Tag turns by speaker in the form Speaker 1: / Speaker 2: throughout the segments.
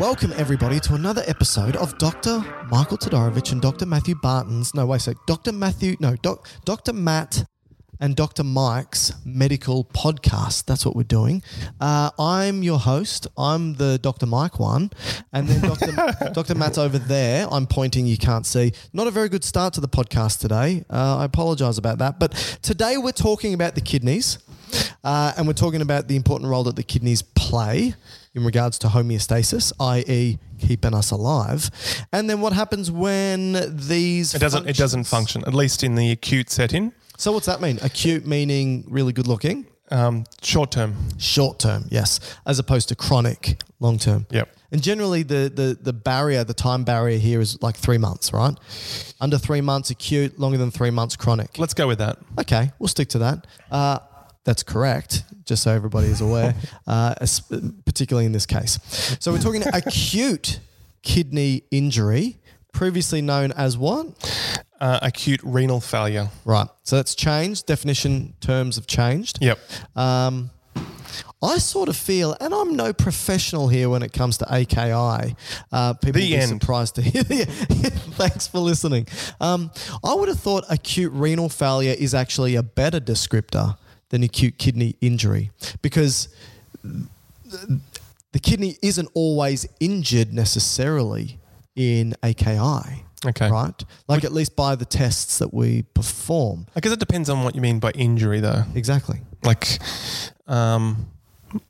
Speaker 1: Welcome, everybody, to another episode of Dr. Michael Todorovich and Dr. Matthew Barton's. No, wait, so Dr. Matthew, no, doc, Dr. Matt and Dr. Mike's medical podcast. That's what we're doing. Uh, I'm your host. I'm the Dr. Mike one. And then Dr. Dr. Matt's over there. I'm pointing, you can't see. Not a very good start to the podcast today. Uh, I apologize about that. But today we're talking about the kidneys. Uh, and we're talking about the important role that the kidneys play in regards to homeostasis, i.e., keeping us alive. And then what happens when these
Speaker 2: It doesn't. It doesn't function. At least in the acute setting,
Speaker 1: So what's that mean? Acute meaning really good looking,
Speaker 2: um, short term.
Speaker 1: short term, yes, as opposed to chronic, long term.
Speaker 2: Yep.
Speaker 1: And generally, the, the the barrier, the time barrier here is like three months, right? Under three months acute, longer than three months chronic.
Speaker 2: Let's go with that.
Speaker 1: Okay, we'll stick to that. Uh, that's correct, just so everybody is aware, uh, es- particularly in this case. So we're talking acute kidney injury, previously known as what?
Speaker 2: Uh, acute renal failure.
Speaker 1: Right. So that's changed. Definition terms have changed.
Speaker 2: Yep.
Speaker 1: Um, I sort of feel, and I'm no professional here when it comes to AKI. Uh, people
Speaker 2: The
Speaker 1: will be
Speaker 2: end.
Speaker 1: surprised to hear. Thanks for listening. Um, I would have thought acute renal failure is actually a better descriptor than acute kidney injury because the kidney isn't always injured necessarily in AKI.
Speaker 2: Okay.
Speaker 1: Right? Like at least by the tests that we perform.
Speaker 2: I guess it depends on what you mean by injury, though.
Speaker 1: Exactly.
Speaker 2: Like, um,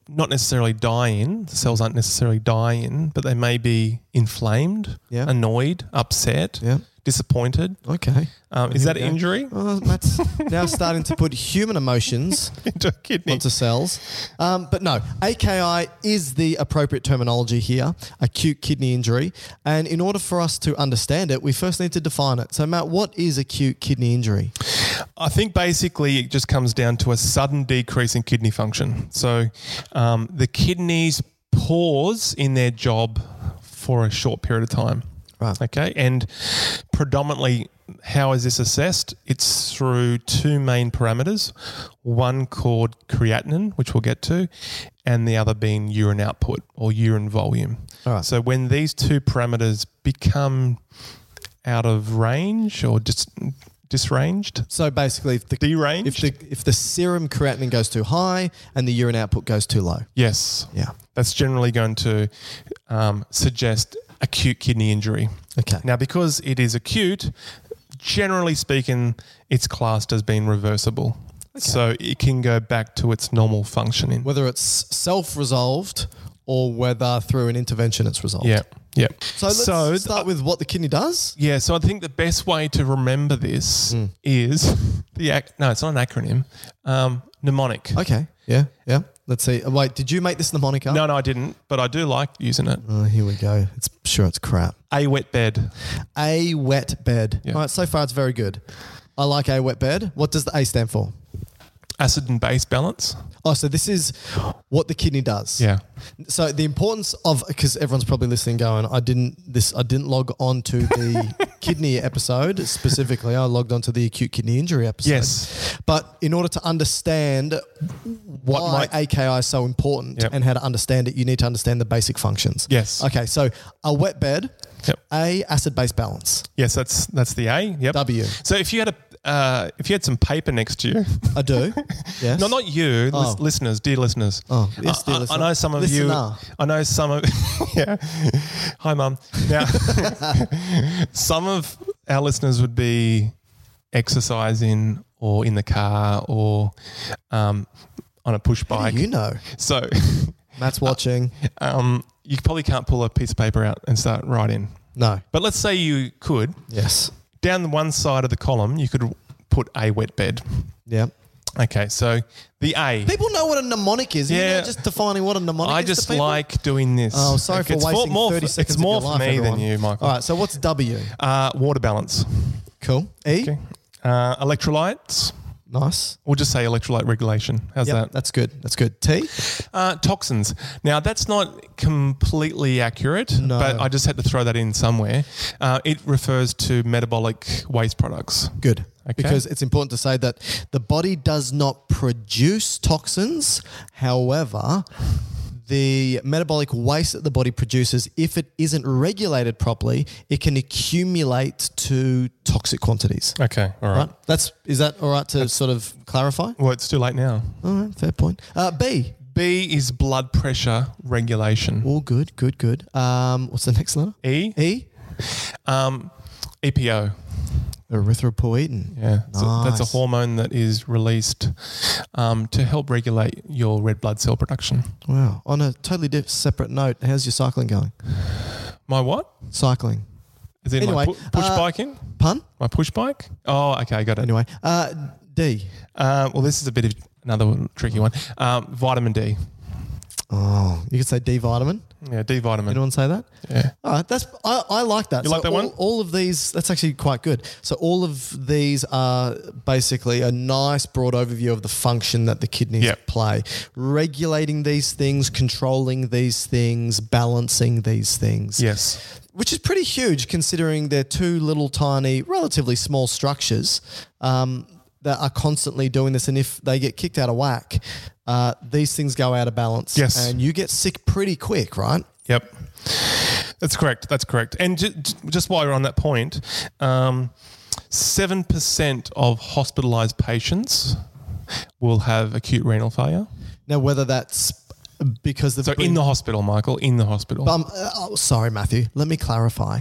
Speaker 2: not necessarily dying. The cells aren't necessarily dying, but they may be inflamed,
Speaker 1: Yeah.
Speaker 2: annoyed, upset,
Speaker 1: Yeah.
Speaker 2: disappointed.
Speaker 1: Okay.
Speaker 2: Um, is that
Speaker 1: we go.
Speaker 2: injury?
Speaker 1: Well, Matt's Oh, now starting to put human emotions
Speaker 2: Into a kidney.
Speaker 1: onto cells. Um, but no, AKI is the appropriate terminology here acute kidney injury. And in order for us to understand it, we first need to define it. So, Matt, what is acute kidney injury?
Speaker 2: I think basically it just comes down to a sudden decrease in kidney function. So um, the kidneys pause in their job for a short period of time.
Speaker 1: Right.
Speaker 2: Okay. And predominantly, how is this assessed? It's through two main parameters one called creatinine, which we'll get to, and the other being urine output or urine volume.
Speaker 1: All right.
Speaker 2: So when these two parameters become out of range or dis- disranged,
Speaker 1: So, basically, if the,
Speaker 2: deranged.
Speaker 1: if the, if the serum creatinine goes too high and the urine output goes too low.
Speaker 2: yes,
Speaker 1: Yeah.
Speaker 2: that's generally going to um, suggest acute kidney injury.
Speaker 1: Okay.
Speaker 2: Now, because it is acute, generally speaking, it's classed as being reversible. So it can go back to its normal functioning.
Speaker 1: whether it's self resolved or whether through an intervention it's resolved.
Speaker 2: yeah, yeah.
Speaker 1: So, let's
Speaker 2: So-
Speaker 1: start with what the kidney does.
Speaker 2: Yeah, so I think the best way to remember this
Speaker 1: Mm.
Speaker 2: is the ac- no, it's not an acronym. Um, mnemonic.
Speaker 1: Okay. Yeah. Yeah. Let's see. Oh, Wait, did you make this mnemonic up?
Speaker 2: No, no, I didn't, but I do like using it.
Speaker 1: Oh, here we go. It's sure it's crap.
Speaker 2: A wet bed.
Speaker 1: A wet bed.
Speaker 2: Yeah.
Speaker 1: All right, so far it's very good. I like a wet bed. What does the A stand for?
Speaker 2: Acid and base balance.
Speaker 1: Oh, so this is what the kidney does.
Speaker 2: Yeah.
Speaker 1: So the importance of because everyone's probably listening, going, I didn't this, I didn't log on to the kidney episode specifically. I logged on to the acute kidney injury episode.
Speaker 2: Yes.
Speaker 1: But in order to understand
Speaker 2: What
Speaker 1: why
Speaker 2: might-
Speaker 1: AKI is so important
Speaker 2: Yep.
Speaker 1: and how to understand it, you need to understand the basic functions.
Speaker 2: Yes.
Speaker 1: Okay. So a wet bed,
Speaker 2: Yep.
Speaker 1: a acid base balance,
Speaker 2: Yes, that's that's the A. Yep.
Speaker 1: W.
Speaker 2: So if you had a uh, if you had some paper next to you,
Speaker 1: I do. yes.
Speaker 2: no, not you, lis-
Speaker 1: Oh.
Speaker 2: listeners, dear listeners. Uh,
Speaker 1: Oh, yes, dear
Speaker 2: I- I-
Speaker 1: listener.
Speaker 2: I, know some of
Speaker 1: Listener.
Speaker 2: you. I know some of. yeah. Hi, mum. Now, some of our listeners would be exercising or in the car or um, on a push
Speaker 1: How
Speaker 2: bike.
Speaker 1: do you know,
Speaker 2: So
Speaker 1: Matt's watching.
Speaker 2: um, you probably can't pull a piece of paper out and start writing.
Speaker 1: no.
Speaker 2: But let's say you could.
Speaker 1: Yes.
Speaker 2: Down the one side of the column, you could put a wet bed.
Speaker 1: Yeah.
Speaker 2: Okay, so the A.
Speaker 1: People know what a mnemonic is. Yeah.
Speaker 2: Yeah.
Speaker 1: just defining what a mnemonic
Speaker 2: I
Speaker 1: is. to
Speaker 2: just
Speaker 1: people?
Speaker 2: like doing this.
Speaker 1: Oh, sorry
Speaker 2: Like,
Speaker 1: for
Speaker 2: it's
Speaker 1: wasting
Speaker 2: more,
Speaker 1: 30
Speaker 2: for,
Speaker 1: seconds
Speaker 2: It's more
Speaker 1: of your
Speaker 2: for
Speaker 1: life,
Speaker 2: me
Speaker 1: everyone.
Speaker 2: than you, Michael.
Speaker 1: All right, so what's W?
Speaker 2: Uh, water balance.
Speaker 1: Cool. E?
Speaker 2: Okay. Uh, electrolytes.
Speaker 1: Nice.
Speaker 2: We'll just say electrolyte regulation. How's
Speaker 1: Yep,
Speaker 2: that?
Speaker 1: that's good. That's good. T?
Speaker 2: Uh, toxins. Now, that's not completely accurate,
Speaker 1: No.
Speaker 2: but I just had to throw that in somewhere. Uh, it refers to metabolic waste products.
Speaker 1: Good.
Speaker 2: Okay.
Speaker 1: Because it's important to say that the body does not produce toxins. However, the metabolic waste that the body produces, if it isn't regulated properly, it can accumulate to toxic quantities.
Speaker 2: Okay, all right.
Speaker 1: Right? That's is that all right to sort of clarify?
Speaker 2: Well, it's too late now.
Speaker 1: All right, fair point. Uh, B.
Speaker 2: B is blood pressure regulation.
Speaker 1: All good, good, good. Um, what's the next letter?
Speaker 2: E,
Speaker 1: E.
Speaker 2: um, EPO.
Speaker 1: Erythropoietin.
Speaker 2: Yeah, so that's a
Speaker 1: Nice.
Speaker 2: hormone that is released um, to help regulate your red blood cell production.
Speaker 1: Wow. On a totally diff- separate note, how's your cycling going?
Speaker 2: My what?
Speaker 1: Cycling.
Speaker 2: Is it
Speaker 1: Anyway,
Speaker 2: my pu- push
Speaker 1: uh,
Speaker 2: bike in?
Speaker 1: Pun?
Speaker 2: My push bike? Oh, okay, I got it.
Speaker 1: Anyway, uh, D.
Speaker 2: Uh, well, this is a bit of another one- tricky one. Um, vitamin D.
Speaker 1: Oh, you could say D vitamin.
Speaker 2: Yeah, D vitamin.
Speaker 1: Anyone say that?
Speaker 2: yeah.
Speaker 1: All right, that's I, I like that.
Speaker 2: Ah. You like that
Speaker 1: all,
Speaker 2: one?
Speaker 1: All of these, that's actually quite good. So all of these are basically a nice broad overview of the function that the kidneys
Speaker 2: Yep.
Speaker 1: play, regulating these things, controlling these things, balancing these things.
Speaker 2: Yes.
Speaker 1: which is pretty huge considering they're two little tiny, relatively small structures um, that are constantly doing this. And if they get kicked out of whack, uh, these things go out of balance.
Speaker 2: Yes.
Speaker 1: And you get sick pretty quick, right?
Speaker 2: Yep. That's correct. That's correct. And ju- ju- just while we're on that point, um, 7% of hospitalized patients will have acute renal failure.
Speaker 1: Now, whether that's because they've
Speaker 2: So
Speaker 1: been-
Speaker 2: in the hospital, Michael, in the hospital.
Speaker 1: um, uh, oh, sorry, Matthew. Let me clarify.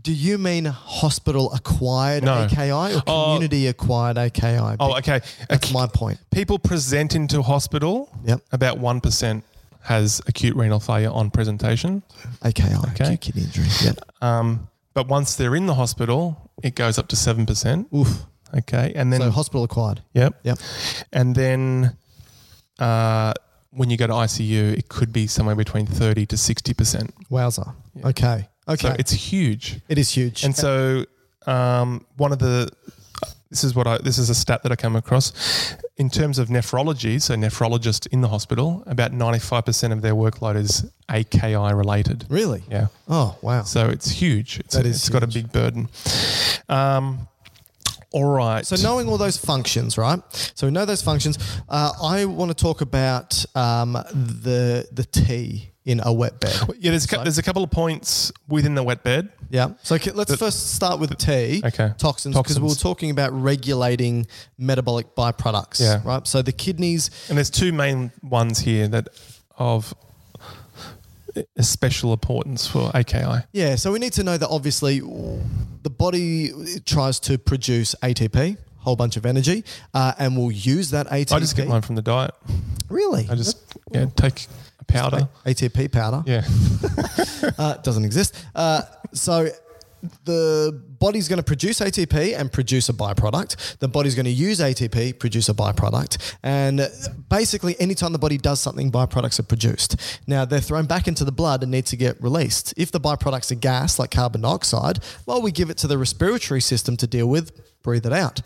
Speaker 1: Do you mean hospital acquired
Speaker 2: No.
Speaker 1: AKI or
Speaker 2: Oh.
Speaker 1: community acquired AKI?
Speaker 2: oh, okay.
Speaker 1: That's
Speaker 2: Ac-
Speaker 1: my point.
Speaker 2: People present into hospital,
Speaker 1: Yep.
Speaker 2: about 1% has acute renal failure on presentation.
Speaker 1: AKI,
Speaker 2: Okay.
Speaker 1: acute kidney injury. Yep.
Speaker 2: Um, but once they're in the hospital, it goes up to 7%.
Speaker 1: Oof.
Speaker 2: Okay. And then,
Speaker 1: So hospital acquired.
Speaker 2: yep.
Speaker 1: Yep.
Speaker 2: And then uh, when you go to ICU, it could be somewhere between 30 to 60%.
Speaker 1: Wowzer. Okay. Okay.
Speaker 2: So it's huge.
Speaker 1: It is huge.
Speaker 2: And so, um, one of the this is what I this is a stat that I come across in terms of nephrology. So nephrologists in the hospital, about ninety five percent of their workload is AKI related.
Speaker 1: really?
Speaker 2: Yeah,
Speaker 1: Oh wow.
Speaker 2: so it's huge. It's,
Speaker 1: That is
Speaker 2: it's got a
Speaker 1: huge.
Speaker 2: big burden. Um, all right.
Speaker 1: So knowing all those functions, right? So we know those functions. Uh, I want to talk about um, the the T in a wet bed.
Speaker 2: yeah, there's a, cou- there's a couple of points within the wet bed.
Speaker 1: Yeah. So okay, let's first start with T.
Speaker 2: Okay.
Speaker 1: Toxins, because we were
Speaker 2: Toxins.
Speaker 1: talking about regulating metabolic byproducts.
Speaker 2: Yeah.
Speaker 1: Right. So the kidneys.
Speaker 2: And there's two main ones here that of eh, special importance for AKI.
Speaker 1: Yeah. So we need to know that obviously the body tries to produce ATP. Whole bunch of energy, uh, and we'll use that ATP.
Speaker 2: I just get mine from the diet.
Speaker 1: Really,
Speaker 2: I just yeah, take a powder.
Speaker 1: ATP powder.
Speaker 2: Yeah.
Speaker 1: uh, doesn't exist. Uh, so the body's going to produce ATP and produce a byproduct. The body's going to use ATP, produce a byproduct. And basically, anytime the body does something, byproducts are produced. Now, they're thrown back into the blood and need to get released. If the byproducts are gas, like carbon dioxide, well, we give it to the respiratory system to deal with. breathe it out.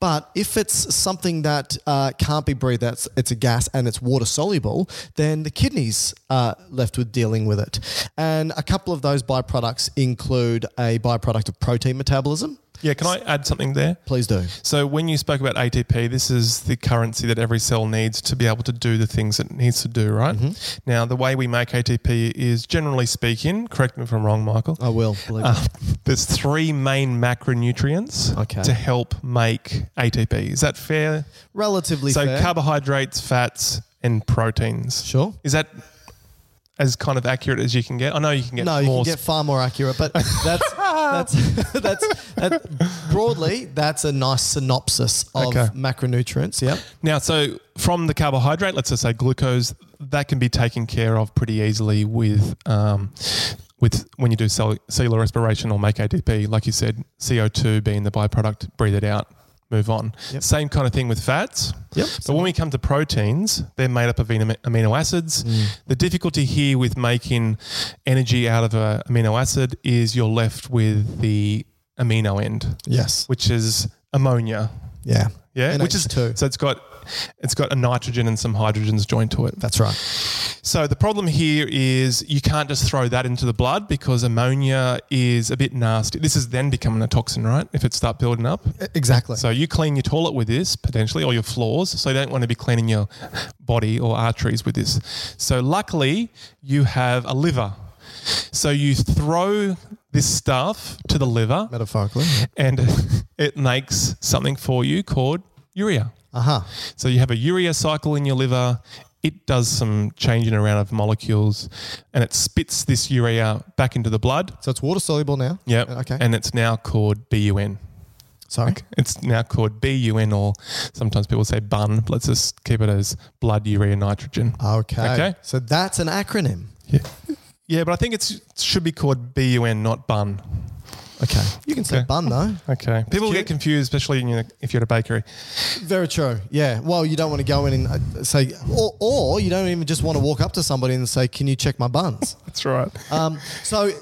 Speaker 1: But if it's something that uh, can't be breathed out, it's- it's a gas and it's water soluble, then the kidneys are left with dealing with it. And a couple of those byproducts include a byproduct of protein metabolism.
Speaker 2: Yeah, can I add something there?
Speaker 1: Please do.
Speaker 2: So when you spoke about ATP, this is the currency that every cell needs to be able to do the things it needs to do, right?
Speaker 1: Mm-hmm.
Speaker 2: Now, the way we make ATP is generally speaking, correct me if I'm wrong, Michael.
Speaker 1: I will. Believe
Speaker 2: Uh, there's three main macronutrients
Speaker 1: Okay.
Speaker 2: to help make ATP. Is that fair?
Speaker 1: Relatively
Speaker 2: so
Speaker 1: fair.
Speaker 2: carbohydrates, fats, and proteins.
Speaker 1: Sure.
Speaker 2: Is that as kind of accurate as you can get? I know you can get
Speaker 1: No, you
Speaker 2: more.
Speaker 1: can get far more accurate, but that's that's that's that, broadly that's a nice synopsis of
Speaker 2: Okay.
Speaker 1: macronutrients. Yep.
Speaker 2: Now, so from the carbohydrate, let's just say glucose, that can be taken care of pretty easily with um, with when you do cell, cellular respiration or make ATP. Like you said, CO two being the byproduct, breathe it out, move on.
Speaker 1: Yep.
Speaker 2: Same kind of thing with fats.
Speaker 1: Yep.
Speaker 2: But when we come to proteins, they're made up of amino amino acids. The difficulty here with making energy out of a amino acid is you're left with the amino end,
Speaker 1: Yes.
Speaker 2: which is ammonia.
Speaker 1: Yeah.
Speaker 2: Yeah, which is
Speaker 1: NH2.
Speaker 2: So it's got it's got a nitrogen and some hydrogens joined to it.
Speaker 1: That's right.
Speaker 2: So the problem here is you can't just throw that into the blood because ammonia is a bit nasty. This is then becoming a toxin, right? If it start building up.
Speaker 1: E- Exactly.
Speaker 2: So you clean your toilet with this potentially, or your floors. So you don't want to be cleaning your body or arteries with this. So luckily, you have a liver. So you throw this stuff to the liver,
Speaker 1: Metaphorically.
Speaker 2: and it makes something for you called urea.
Speaker 1: Uh huh.
Speaker 2: So you have a urea cycle in your liver. It does some changing around of molecules and it spits this urea back into the blood.
Speaker 1: So it's water soluble now.
Speaker 2: Yep.
Speaker 1: Uh, Okay.
Speaker 2: And it's now called BUN.
Speaker 1: Sorry.
Speaker 2: It's now called BUN, or sometimes people say BUN. but Let's just keep it as blood urea nitrogen.
Speaker 1: Okay.
Speaker 2: Okay.
Speaker 1: So that's an acronym.
Speaker 2: Yeah, but I think it's, it should be called BUN, not BUN.
Speaker 1: Okay. You can say
Speaker 2: Okay.
Speaker 1: bun though.
Speaker 2: Okay. People
Speaker 1: cute.
Speaker 2: get confused, especially in your, if you're at a bakery.
Speaker 1: Very true. Yeah. Well, you don't want to go in and uh, say, or, or you don't even just want to walk up to somebody and say, "Can you check my buns?"
Speaker 2: That's right.
Speaker 1: Um, so,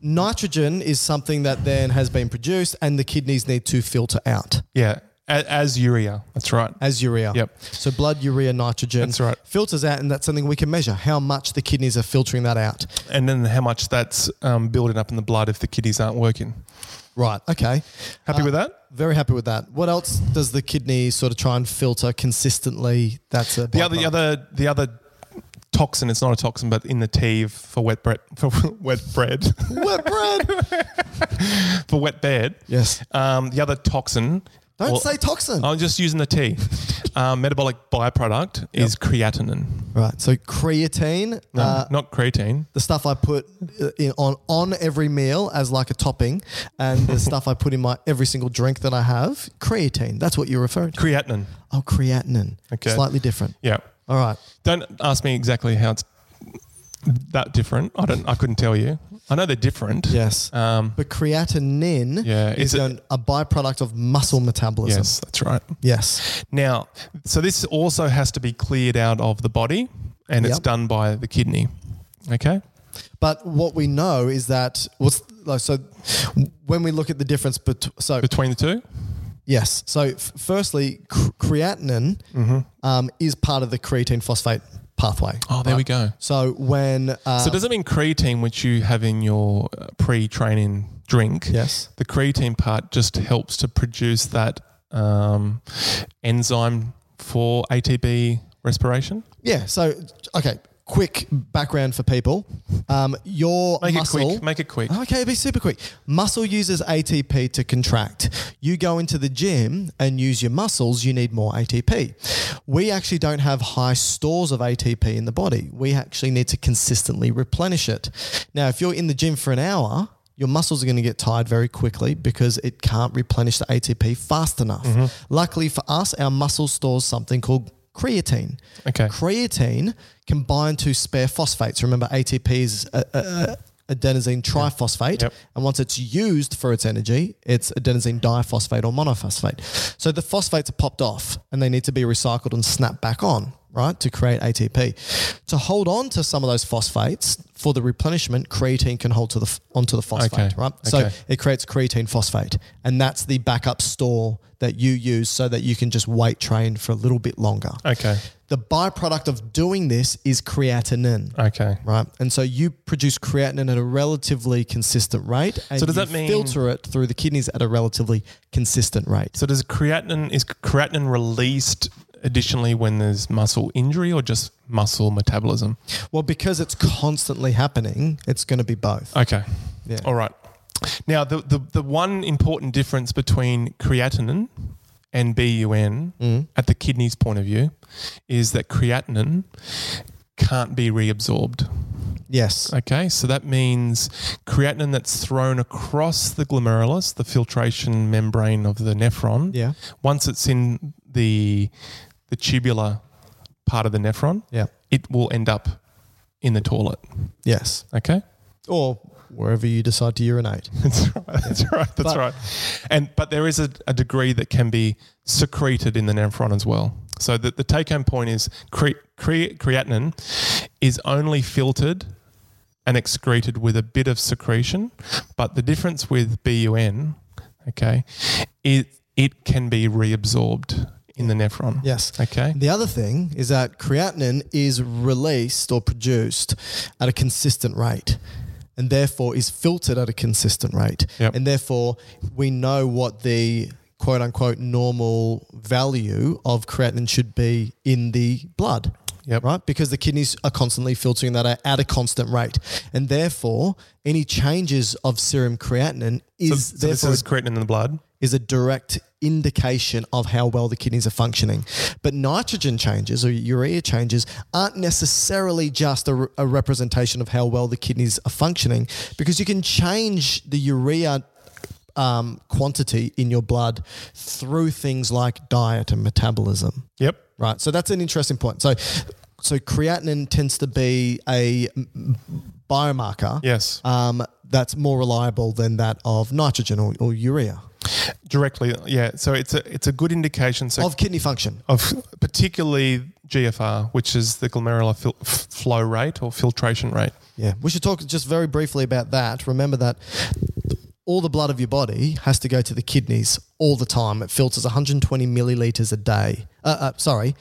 Speaker 1: nitrogen is something that then has been produced, and the kidneys need to filter out
Speaker 2: yeah. A- as urea. That's right.
Speaker 1: as urea.
Speaker 2: Yep.
Speaker 1: So, blood urea nitrogen.
Speaker 2: That's right.
Speaker 1: Filters out, and that's something we can measure how much the kidneys are filtering that out.
Speaker 2: And then how much that's um, building up in the blood if the kidneys aren't working.
Speaker 1: Right. Okay. Uh,
Speaker 2: Happy with that?
Speaker 1: Very happy with that. What else does the kidney sort of try and filter consistently? That's a
Speaker 2: The other,
Speaker 1: byproduct.
Speaker 2: the other, the other toxin. It's not a toxin, but in the tea for wet bread, for wet bread,
Speaker 1: wet bread.
Speaker 2: for wet bed.
Speaker 1: Yes.
Speaker 2: Um, the other toxin.
Speaker 1: Don't
Speaker 2: or-
Speaker 1: say toxin.
Speaker 2: I'm just using the tea. um, metabolic byproduct is creatinine.
Speaker 1: Right. So creatine.
Speaker 2: No,
Speaker 1: uh,
Speaker 2: not creatine.
Speaker 1: the stuff I put uh, in, on on every meal as like a topping, and the stuff I put in my every single drink that I have, creatine. That's what you're referring to.
Speaker 2: Creatinine.
Speaker 1: oh, creatinine.
Speaker 2: Okay.
Speaker 1: Slightly different.
Speaker 2: Yeah.
Speaker 1: All right.
Speaker 2: Don't ask me exactly how it's that different. I don't. I couldn't tell you. I know they're different.
Speaker 1: Yes.
Speaker 2: Um,
Speaker 1: but creatinine
Speaker 2: Yeah,
Speaker 1: is
Speaker 2: is it-
Speaker 1: an, a byproduct of muscle metabolism.
Speaker 2: yes, that's right.
Speaker 1: Yes.
Speaker 2: Now, so this also has to be cleared out of the body, and it's
Speaker 1: Yep.
Speaker 2: done by the kidney. Okay.
Speaker 1: But what we know is that what's like, so when we look at the difference between so
Speaker 2: Between the two?
Speaker 1: yes so f- firstly cr- creatinine
Speaker 2: Mm-hmm.
Speaker 1: um, is part of the creatine phosphate pathway.
Speaker 2: Oh, there we go.
Speaker 1: So when uh,
Speaker 2: So does it mean creatine, which you have in your uh, pre-training drink?
Speaker 1: Yes.
Speaker 2: The creatine part just helps to produce that um, enzyme for ATP respiration.
Speaker 1: Yeah. So, okay. Quick background for people. Um, your
Speaker 2: Make
Speaker 1: muscle.
Speaker 2: it quick. Make it quick.
Speaker 1: Okay, be super quick. Muscle uses ATP to contract. You go into the gym and use your muscles, you need more ATP. We actually don't have high stores of ATP in the body. We actually need to consistently replenish it. Now, if you're in the gym for an hour, your muscles are going to get tired very quickly because it can't replenish the ATP fast enough.
Speaker 2: Mm-hmm.
Speaker 1: Luckily for us, our muscle stores something called creatine.
Speaker 2: Okay.
Speaker 1: Creatine can bind to spare phosphates. Remember, ATP is uh, uh, adenosine triphosphate,
Speaker 2: Yep.
Speaker 1: and once it's used for its energy, it's adenosine diphosphate or monophosphate. So the phosphates are popped off, and they need to be recycled and snapped back on. right, to create ATP. To hold on to some of those phosphates for the replenishment, creatine can hold to the f- onto the phosphate,
Speaker 2: Okay,
Speaker 1: right? So
Speaker 2: okay.
Speaker 1: it creates creatine phosphate, and that's the backup store that you use so that you can just weight train for a little bit longer.
Speaker 2: Okay.
Speaker 1: The byproduct of doing this is creatinine.
Speaker 2: Okay.
Speaker 1: Right, and so you produce creatinine at a relatively consistent rate, and
Speaker 2: So does
Speaker 1: you
Speaker 2: that mean-
Speaker 1: filter it through the kidneys at a relatively consistent rate.
Speaker 2: So does creatinine is creatinine released additionally when there's muscle injury or just muscle metabolism?
Speaker 1: Well, because it's constantly happening, it's going to be both.
Speaker 2: Okay.
Speaker 1: Yeah.
Speaker 2: All right. Now the, the the one important difference between creatinine and BUN
Speaker 1: Mm.
Speaker 2: at the kidney's point of view is that creatinine can't be reabsorbed.
Speaker 1: Yes.
Speaker 2: Okay, so that means creatinine that's thrown across the glomerulus, the filtration membrane of the nephron.
Speaker 1: Yeah.
Speaker 2: Once it's in the the tubular part of the nephron,
Speaker 1: Yeah.
Speaker 2: it will end up in the toilet.
Speaker 1: Yes.
Speaker 2: Okay.
Speaker 1: Or wherever you decide to urinate.
Speaker 2: That's right. That's right. That's
Speaker 1: But-
Speaker 2: right. And but there is a, a degree that can be secreted in the nephron as well. So the, the take home point is cre- cre- creatinine is only filtered and excreted with a bit of secretion, but the difference with BUN, okay, it it can be reabsorbed in the nephron.
Speaker 1: Yes.
Speaker 2: Okay.
Speaker 1: The other thing is that creatinine is released or produced at a consistent rate and therefore is filtered at a consistent rate.
Speaker 2: Yep.
Speaker 1: And therefore, we know what the quote unquote normal value of creatinine should be in the blood.
Speaker 2: Yep.
Speaker 1: Right? Because the kidneys are constantly filtering that out at a constant rate. And therefore, any changes of serum creatinine
Speaker 2: So,
Speaker 1: is
Speaker 2: so this
Speaker 1: therefore
Speaker 2: is creatinine in the blood.
Speaker 1: is a direct indication of how well the kidneys are functioning. But nitrogen changes or urea changes aren't necessarily just a, re- a representation of how well the kidneys are functioning because you can change the urea. Um, quantity in your blood through things like diet and metabolism.
Speaker 2: Yep.
Speaker 1: Right. So that's an interesting point. So, so creatinine tends to be a mm, biomarker
Speaker 2: Yes.
Speaker 1: um, that's more reliable than that of nitrogen or, or urea
Speaker 2: Directly. Yeah. So it's a it's a good indication. So
Speaker 1: of kidney function.
Speaker 2: of particularly GFR, which is the glomerular fil- f- flow rate or filtration rate.
Speaker 1: Yeah, we should talk just very briefly about that. Remember that all the blood of your body has to go to the kidneys all the time. It filters 120 milliliters a day. Uh, uh, sorry,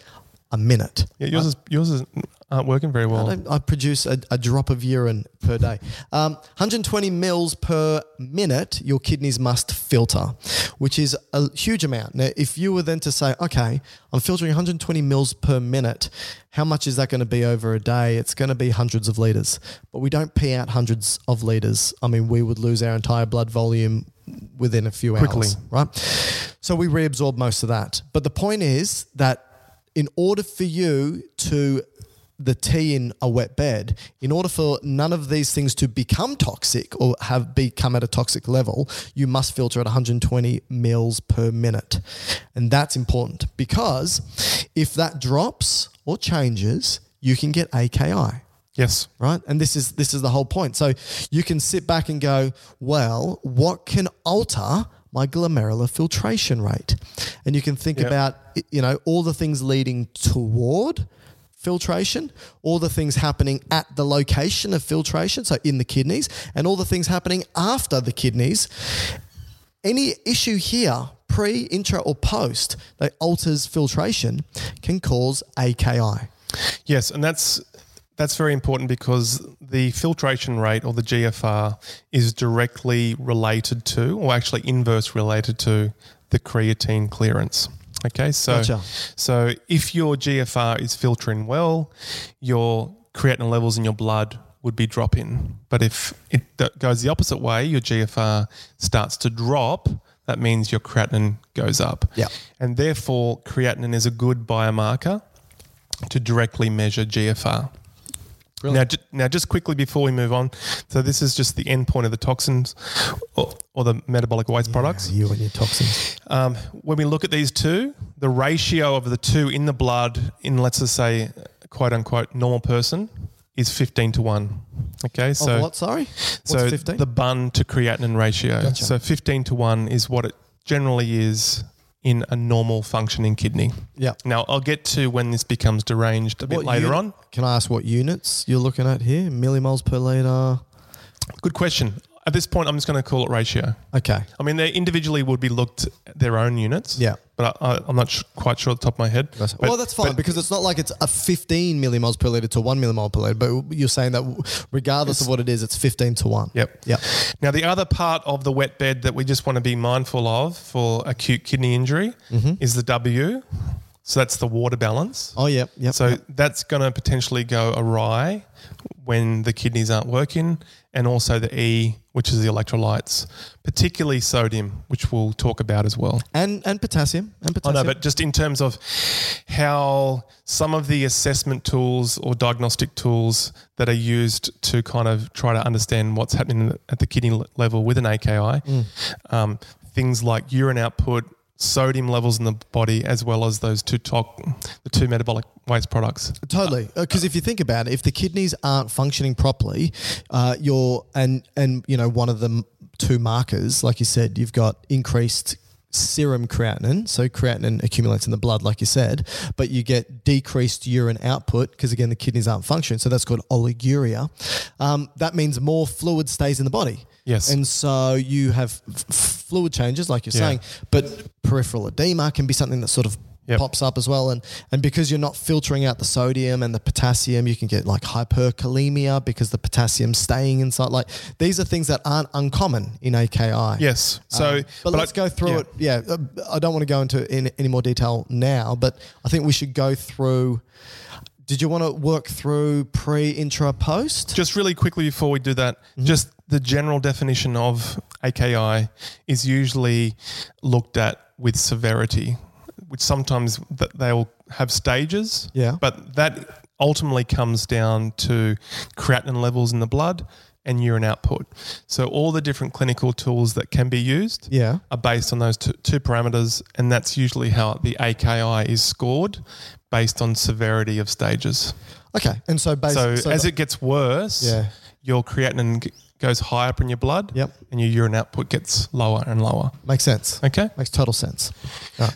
Speaker 1: a minute.
Speaker 2: Yeah, yours is yours is aren't working very
Speaker 1: Uh, I,
Speaker 2: well.
Speaker 1: don't- I produce a, a drop of urine per day. Um, 120 mils per minute, your kidneys must filter, which is a huge amount. Now, if you were then to say, okay, I'm filtering 120 mils per minute, how much is that going to be over a day? It's going to be hundreds of liters. But we don't pee out hundreds of liters. I mean, we would lose our entire blood volume within a few
Speaker 2: Quickly.
Speaker 1: hours, right? So we reabsorb most of that. But the point is that in order for you to the tea in a wet bed, in order for none of these things to become toxic or have become at a toxic level, you must filter at 120 mils per minute. And that's important because if that drops or changes, you can get AKI
Speaker 2: Yes.
Speaker 1: right and this is this is the whole point so you can sit back and go well what can alter my glomerular filtration rate and you can think
Speaker 2: Yeah.
Speaker 1: about y- you know all the things leading toward filtration all the things happening at the location of filtration so in the kidneys and all the things happening after the kidneys any issue here pre intra or post that alters filtration can cause aki
Speaker 2: Yes, and that's that's very important because the filtration rate or the GFR is directly related to, or actually inverse related to, the creatine clearance. Okay, so
Speaker 1: Gotcha.
Speaker 2: so if your GFR is filtering well, your creatinine levels in your blood would be dropping. But if it d- goes the opposite way, your GFR starts to drop. That means your creatinine goes up.
Speaker 1: Yeah.
Speaker 2: And therefore, creatinine is a good biomarker to directly measure GFR. Now, ju- now, just quickly before we move on, so this is just the end point of the toxins or, or the metabolic waste products.
Speaker 1: you and your toxins
Speaker 2: Um, when we look at these two, the ratio of the two in the blood in, let's just say, quote unquote, normal person is 15 to 1. Okay, so
Speaker 1: oh, what sorry What's
Speaker 2: so
Speaker 1: 15?
Speaker 2: the bun to creatinine ratio.
Speaker 1: Gotcha.
Speaker 2: So 15 to 1 is what it generally is in a normal functioning kidney.
Speaker 1: Yeah.
Speaker 2: Now, I'll get to when this becomes deranged a bit
Speaker 1: What
Speaker 2: later
Speaker 1: uni-
Speaker 2: on.
Speaker 1: Can I ask what units you're looking at here? Millimoles per liter.
Speaker 2: Good question. At this point, I'm just going to call it ratio.
Speaker 1: Okay.
Speaker 2: I mean, they individually would be looked at their own units.
Speaker 1: Yeah.
Speaker 2: But I, I, I'm not sh- quite sure at the top of my head. But-
Speaker 1: well, that's fine
Speaker 2: but
Speaker 1: because it's not like it's a 15 millimoles per liter to one millimole per liter, but you're saying that w- regardless of what it is, it's 15 to one.
Speaker 2: Yep.
Speaker 1: Yep.
Speaker 2: Now, the other part of the wet bed that we just want to be mindful of for acute kidney injury
Speaker 1: Mm-hmm.
Speaker 2: is the W. So that's the water balance.
Speaker 1: Oh, yep. Yep.
Speaker 2: so
Speaker 1: yep.
Speaker 2: that's going to potentially go awry when the kidneys aren't working, and also the E, which is the electrolytes, particularly sodium, which we'll talk about as well.
Speaker 1: and and potassium and
Speaker 2: I
Speaker 1: potassium.
Speaker 2: know, Oh, but just in terms of how some of the assessment tools or diagnostic tools that are used to kind of try to understand what's happening at the kidney le- level with an AKI,
Speaker 1: Mm.
Speaker 2: um, things like urine output, sodium levels in the body, as well as those two toc- the two metabolic waste products.
Speaker 1: Totally, because if you think about it, if the kidneys aren't functioning properly, uh, you're and and you know one of the m- two markers, like you said, you've got increased serum creatinine. So creatinine accumulates in the blood, like you said, but you get decreased urine output because again the kidneys aren't functioning. So that's called oliguria. Um, that means more fluid stays in the body.
Speaker 2: Yes.
Speaker 1: and so you have f- f- fluid changes, like you're
Speaker 2: Yeah.
Speaker 1: saying, but peripheral edema can be something that sort of
Speaker 2: Yep.
Speaker 1: pops up as well. And and because you're not filtering out the sodium and the potassium, you can get like hyperkalemia because the potassium's staying inside. Like these are things that aren't uncommon in AKI.
Speaker 2: Yes. So,
Speaker 1: Um, but, let's
Speaker 2: I-
Speaker 1: go through
Speaker 2: yeah.
Speaker 1: it. Yeah, uh, I don't want to go into in, any more detail now, but I think we should go through. Did you want to work through pre, intra, post?
Speaker 2: Just really quickly before we do that,
Speaker 1: Mm-hmm.
Speaker 2: just the general definition of AKI is usually looked at with severity, which sometimes th- they'll have stages.
Speaker 1: Yeah.
Speaker 2: But that ultimately comes down to creatinine levels in the blood and urine output. So all the different clinical tools that can be used
Speaker 1: Yeah.
Speaker 2: are based on those two, two parameters, and that's usually how the AKI is scored based on severity of stages.
Speaker 1: Okay, and so
Speaker 2: So,
Speaker 1: basically,
Speaker 2: as it gets worse,
Speaker 1: Yeah.
Speaker 2: your creatinine g- goes high up in your blood,
Speaker 1: Yep.
Speaker 2: and your urine output gets lower and lower.
Speaker 1: makes sense.
Speaker 2: Okay.
Speaker 1: Makes total sense.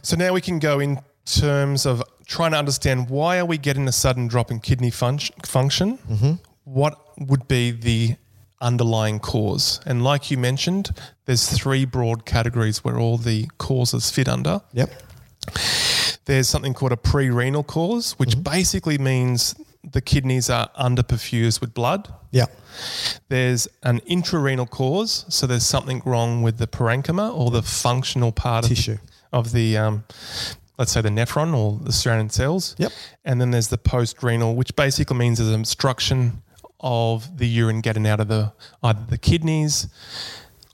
Speaker 2: So now we can go in terms of trying to understand why are we getting a sudden drop in kidney function? function?
Speaker 1: Mm-hmm.
Speaker 2: What would be the underlying cause? And like you mentioned, there's three broad categories where all the causes fit under.
Speaker 1: Yep.
Speaker 2: There's something called a pre-renal cause, which
Speaker 1: Mm-hmm.
Speaker 2: basically means the kidneys are underperfused with blood.
Speaker 1: Yeah.
Speaker 2: There's an intrarenal cause, so there's something wrong with the parenchyma or the functional part
Speaker 1: Tissue.
Speaker 2: of the, of the um, let's say the nephron or the surrounding cells.
Speaker 1: Yep.
Speaker 2: And then there's the postrenal, which basically means there's an obstruction of the urine getting out of the either the kidneys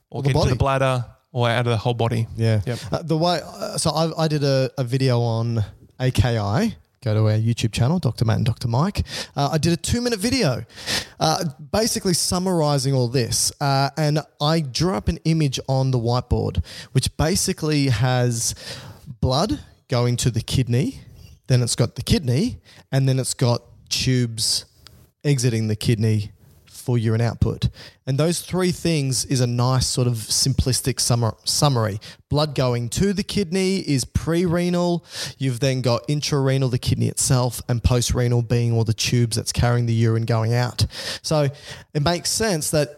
Speaker 2: or
Speaker 1: the
Speaker 2: getting to the
Speaker 1: body.
Speaker 2: bladder or out of the whole body.
Speaker 1: Yeah.
Speaker 2: Yep.
Speaker 1: Uh, the way, uh, so I, I did a, a video on AKI. Go to our YouTube channel, Dr. Matt and Dr. Mike. Uh, I did a two minute video uh, basically summarizing all this. Uh, and I drew up an image on the whiteboard, which basically has blood going to the kidney, then it's got the kidney, and then it's got tubes exiting the kidney for urine output. And those three things is a nice sort of simplistic summar- summary. Blood going to the kidney is pre-renal. You've then got intrarenal, the kidney itself, and post-renal being all the tubes that's carrying the urine going out. So it makes sense that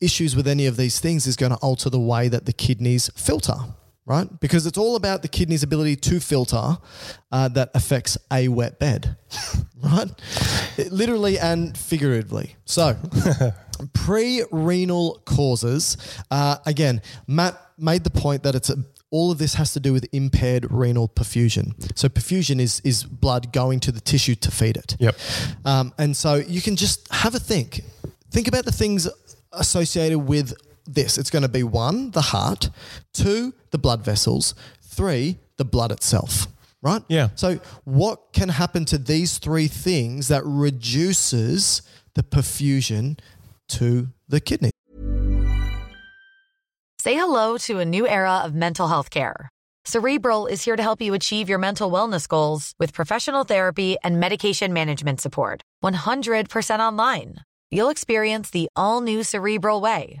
Speaker 1: issues with any of these things is going to alter the way that the kidneys filter right? Because it's all about the kidney's ability to filter uh, that affects a wet bed, right? It- literally and figuratively. So, pre renal causes. Uh, again, Matt made the point that it's a all of this has to do with impaired renal perfusion. So perfusion is is blood going to the tissue to feed it.
Speaker 2: Yep.
Speaker 1: Um, and so you can just have a think. Think about the things associated with this. It's going to be one, the heart, two, the blood vessels, three, the blood itself, right?
Speaker 2: Yeah.
Speaker 1: So, what can happen to these three things that reduces the perfusion to the kidney?
Speaker 3: Say hello to a new era of mental health care. Cerebral is here to help you achieve your mental wellness goals with professional therapy and medication management support. 100% online. You'll experience the all new Cerebral Way,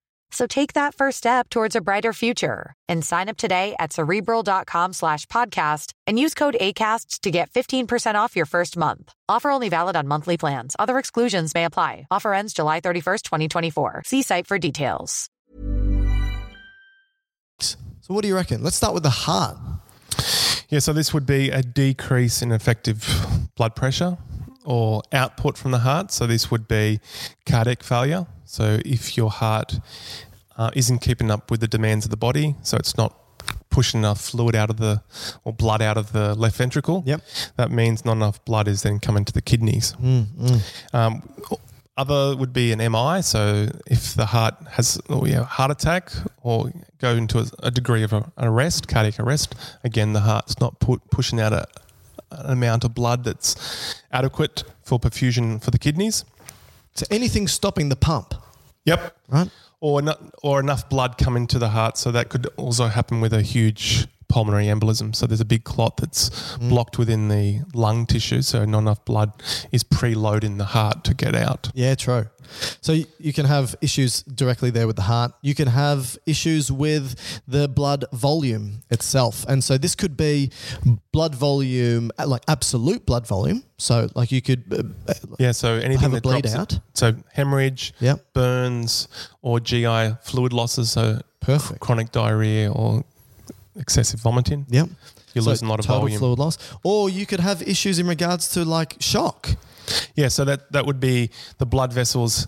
Speaker 3: So take that first step towards a brighter future and sign up today at cerebral.com slash podcast and use code ACAST to get 15% off your first month. Offer only valid on monthly plans. Other exclusions may apply. Offer ends July 31st, 2024. See site for details.
Speaker 1: So, what do you reckon? Let's start with the heart.
Speaker 2: Yeah, so this would be a decrease in effective blood pressure or output from the heart. So this would be cardiac failure. So if your heart uh, isn't keeping up with the demands of the body, so it's not pushing enough fluid out of the or blood out of the left ventricle.
Speaker 1: Yep.
Speaker 2: That means not enough blood is then coming to the kidneys. Um, other would be an MI. So if the heart has oh yeah, heart attack or go into a, a degree of a, an arrest, cardiac arrest, again, the heart's not put, pushing out a, an amount of blood that's adequate for perfusion for the kidneys.
Speaker 1: So, anything stopping the pump,
Speaker 2: Yep.
Speaker 1: right?
Speaker 2: Or, not, or enough blood coming to the heart. So that could also happen with a huge pulmonary embolism. So there's a big clot that's blocked within the lung tissue. So not enough blood is preloading the heart to get out.
Speaker 1: Yeah, true. So y- you can have issues directly there with the heart. You can have issues with the blood volume itself. And so this could be blood volume, uh, like absolute blood volume. So like you could uh, uh,
Speaker 2: Yeah, so anything
Speaker 1: have a
Speaker 2: that
Speaker 1: bleed
Speaker 2: drops
Speaker 1: out.
Speaker 2: so hemorrhage,
Speaker 1: Yep.
Speaker 2: burns, or GI fluid losses, so
Speaker 1: Perfect.
Speaker 2: chronic diarrhea or excessive vomiting.
Speaker 1: Yep.
Speaker 2: You're losing a lot of
Speaker 1: total
Speaker 2: volume.
Speaker 1: fluid loss. Or you could have issues in regards to like shock.
Speaker 2: Yeah, so that that would be the blood vessels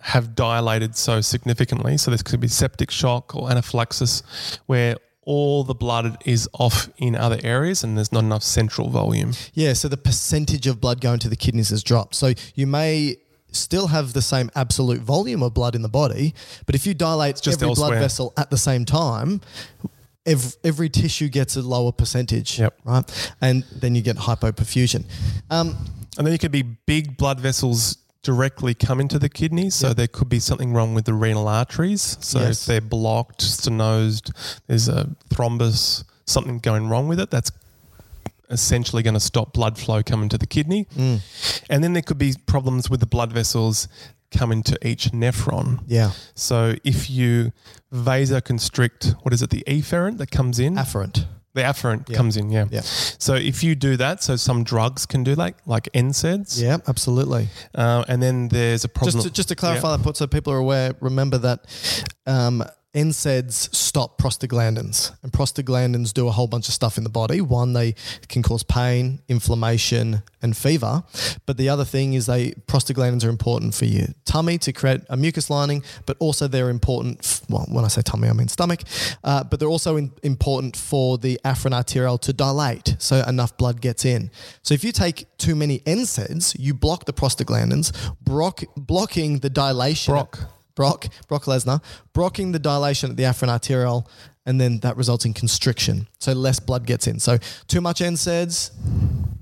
Speaker 2: have dilated so significantly. So this could be septic shock or anaphylaxis, where all the blood is off in other areas and there's not enough central volume.
Speaker 1: Yeah, so the percentage of blood going to the kidneys has dropped. So you may still have the same absolute volume of blood in the body, but if you dilate
Speaker 2: just
Speaker 1: every blood
Speaker 2: elsewhere.
Speaker 1: vessel at the same time, every, every tissue gets a lower percentage,
Speaker 2: Yep.
Speaker 1: right? And then you get hypoperfusion. Um,
Speaker 2: And then it could be big blood vessels directly come into the kidneys. So there could be something wrong with the renal arteries. So
Speaker 1: Yes.
Speaker 2: if they're blocked, stenosed, there's a thrombus, something going wrong with it, that's essentially going to stop blood flow coming to the kidney.
Speaker 1: Mm.
Speaker 2: And then there could be problems with the blood vessels coming to each nephron.
Speaker 1: yeah,
Speaker 2: So if you vasoconstrict, what is it, the efferent that comes in?
Speaker 1: afferent.
Speaker 2: The afferent comes in, yeah.
Speaker 1: Yeah.
Speaker 2: So if you do that, so some drugs can do that, like NSAIDs.
Speaker 1: Yeah, absolutely.
Speaker 2: Uh, and then there's a problem.
Speaker 1: Just to, just to clarify that point, so people are aware, remember that um, NSAIDs stop prostaglandins, and prostaglandins do a whole bunch of stuff in the body. One, they can cause pain, inflammation, and fever. But the other thing is, they prostaglandins are important for your tummy to create a mucus lining, but also they're important. f- Well, when I say tummy, I mean stomach. Uh, but they're also in, important for the afferent arteriole to dilate, so enough blood gets in. So if you take too many NSAIDs, you block the prostaglandins, block, blocking the dilation.
Speaker 2: Brock.
Speaker 1: Brock, Brock Lesnar, blocking the dilation at the afferent arteriole, and then that results in constriction. So less blood gets in. So too much NSAIDs,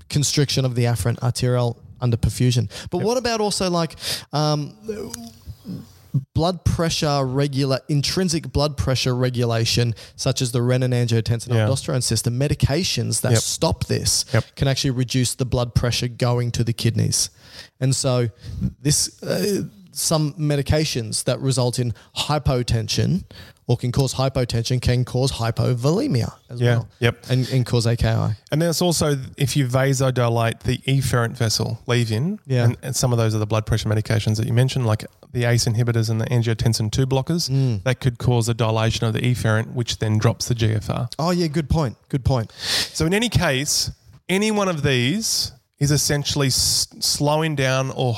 Speaker 1: constriction of the afferent arteriole under perfusion. But what about also like um, blood pressure regular intrinsic blood pressure regulation, such as the renin angiotensin
Speaker 2: Yeah.
Speaker 1: aldosterone system, medications that
Speaker 2: Yep.
Speaker 1: stop this
Speaker 2: Yep.
Speaker 1: can actually reduce the blood pressure going to the kidneys. And so this uh, some medications that result in hypotension or can cause hypotension can cause hypovolemia as
Speaker 2: Yeah.
Speaker 1: well.
Speaker 2: Yep.
Speaker 1: And, and cause AKI.
Speaker 2: And then it's also if you vasodilate the efferent vessel, leave in.
Speaker 1: Yeah.
Speaker 2: And, and some of those are the blood pressure medications that you mentioned, like the ACE inhibitors and the angiotensin 2 blockers. That could cause a dilation of the efferent, which then drops the GFR.
Speaker 1: Oh yeah, good point. Good point.
Speaker 2: So, in any case, any one of these is essentially s- slowing down or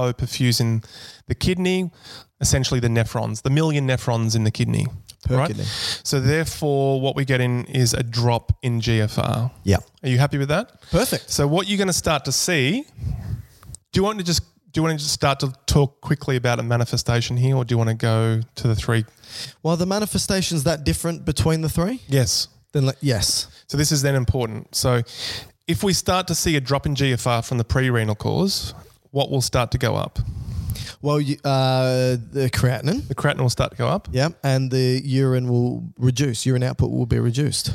Speaker 2: hypoperfusing the kidney, essentially the nephrons, the million nephrons in the kidney.
Speaker 1: Per kidney.
Speaker 2: So, therefore, what we're getting is a drop in GFR.
Speaker 1: Yeah.
Speaker 2: Are you happy with that?
Speaker 1: Perfect.
Speaker 2: So what you're going to start to see? Do you want to just do you want to just start to talk quickly about a manifestation here, or do you want to go to the three?
Speaker 1: Well, the manifestations that different between the three?
Speaker 2: Yes.
Speaker 1: Then like, yes.
Speaker 2: So this is then important. So If we start to see a drop in GFR from the pre-renal cause, what will start to go up?
Speaker 1: Well, you, uh, the creatinine.
Speaker 2: The creatinine will start to go up.
Speaker 1: Yeah, and the urine will reduce. Urine output will be reduced.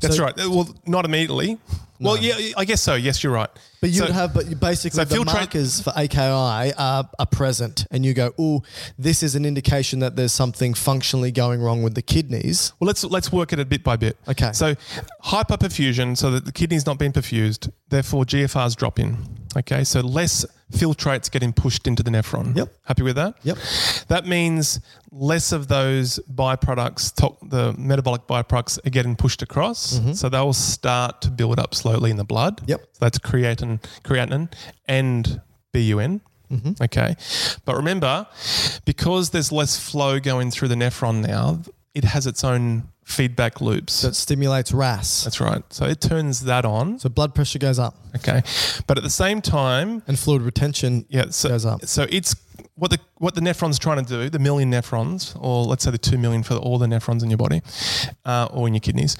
Speaker 2: That's
Speaker 1: So-
Speaker 2: right. Uh, Well, not immediately. Well, yeah, I guess so. Yes, you're right.
Speaker 1: But you'd
Speaker 2: So-
Speaker 1: have, but you basically
Speaker 2: so
Speaker 1: the
Speaker 2: filtrate-
Speaker 1: markers for AKI are, are present, and you go, "Oh, this is an indication that there's something functionally going wrong with the kidneys."
Speaker 2: Well, let's let's work it a bit by bit.
Speaker 1: Okay.
Speaker 2: So, hyperperfusion, so that the kidney's not being perfused, therefore GFRs drop in. Okay. So less filtrates getting pushed into the nephron.
Speaker 1: Yep.
Speaker 2: Happy with that?
Speaker 1: Yep.
Speaker 2: That means less of those byproducts, to- the metabolic byproducts, are getting pushed across. So they will start to build up slowly in the blood.
Speaker 1: Yep.
Speaker 2: So that's creatin, creatinine and BUN. Okay. But remember, because there's less flow going through the nephron now, it has its own feedback loops.
Speaker 1: So it stimulates RAS.
Speaker 2: that's right. So it turns that on.
Speaker 1: So blood pressure goes up,
Speaker 2: Okay. But at the same time,
Speaker 1: and fluid retention
Speaker 2: yeah, so,
Speaker 1: goes up.
Speaker 2: So it's what the what the nephron's trying to do, the million nephrons, or let's say the two million for all the nephrons in your body, uh, or in your kidneys.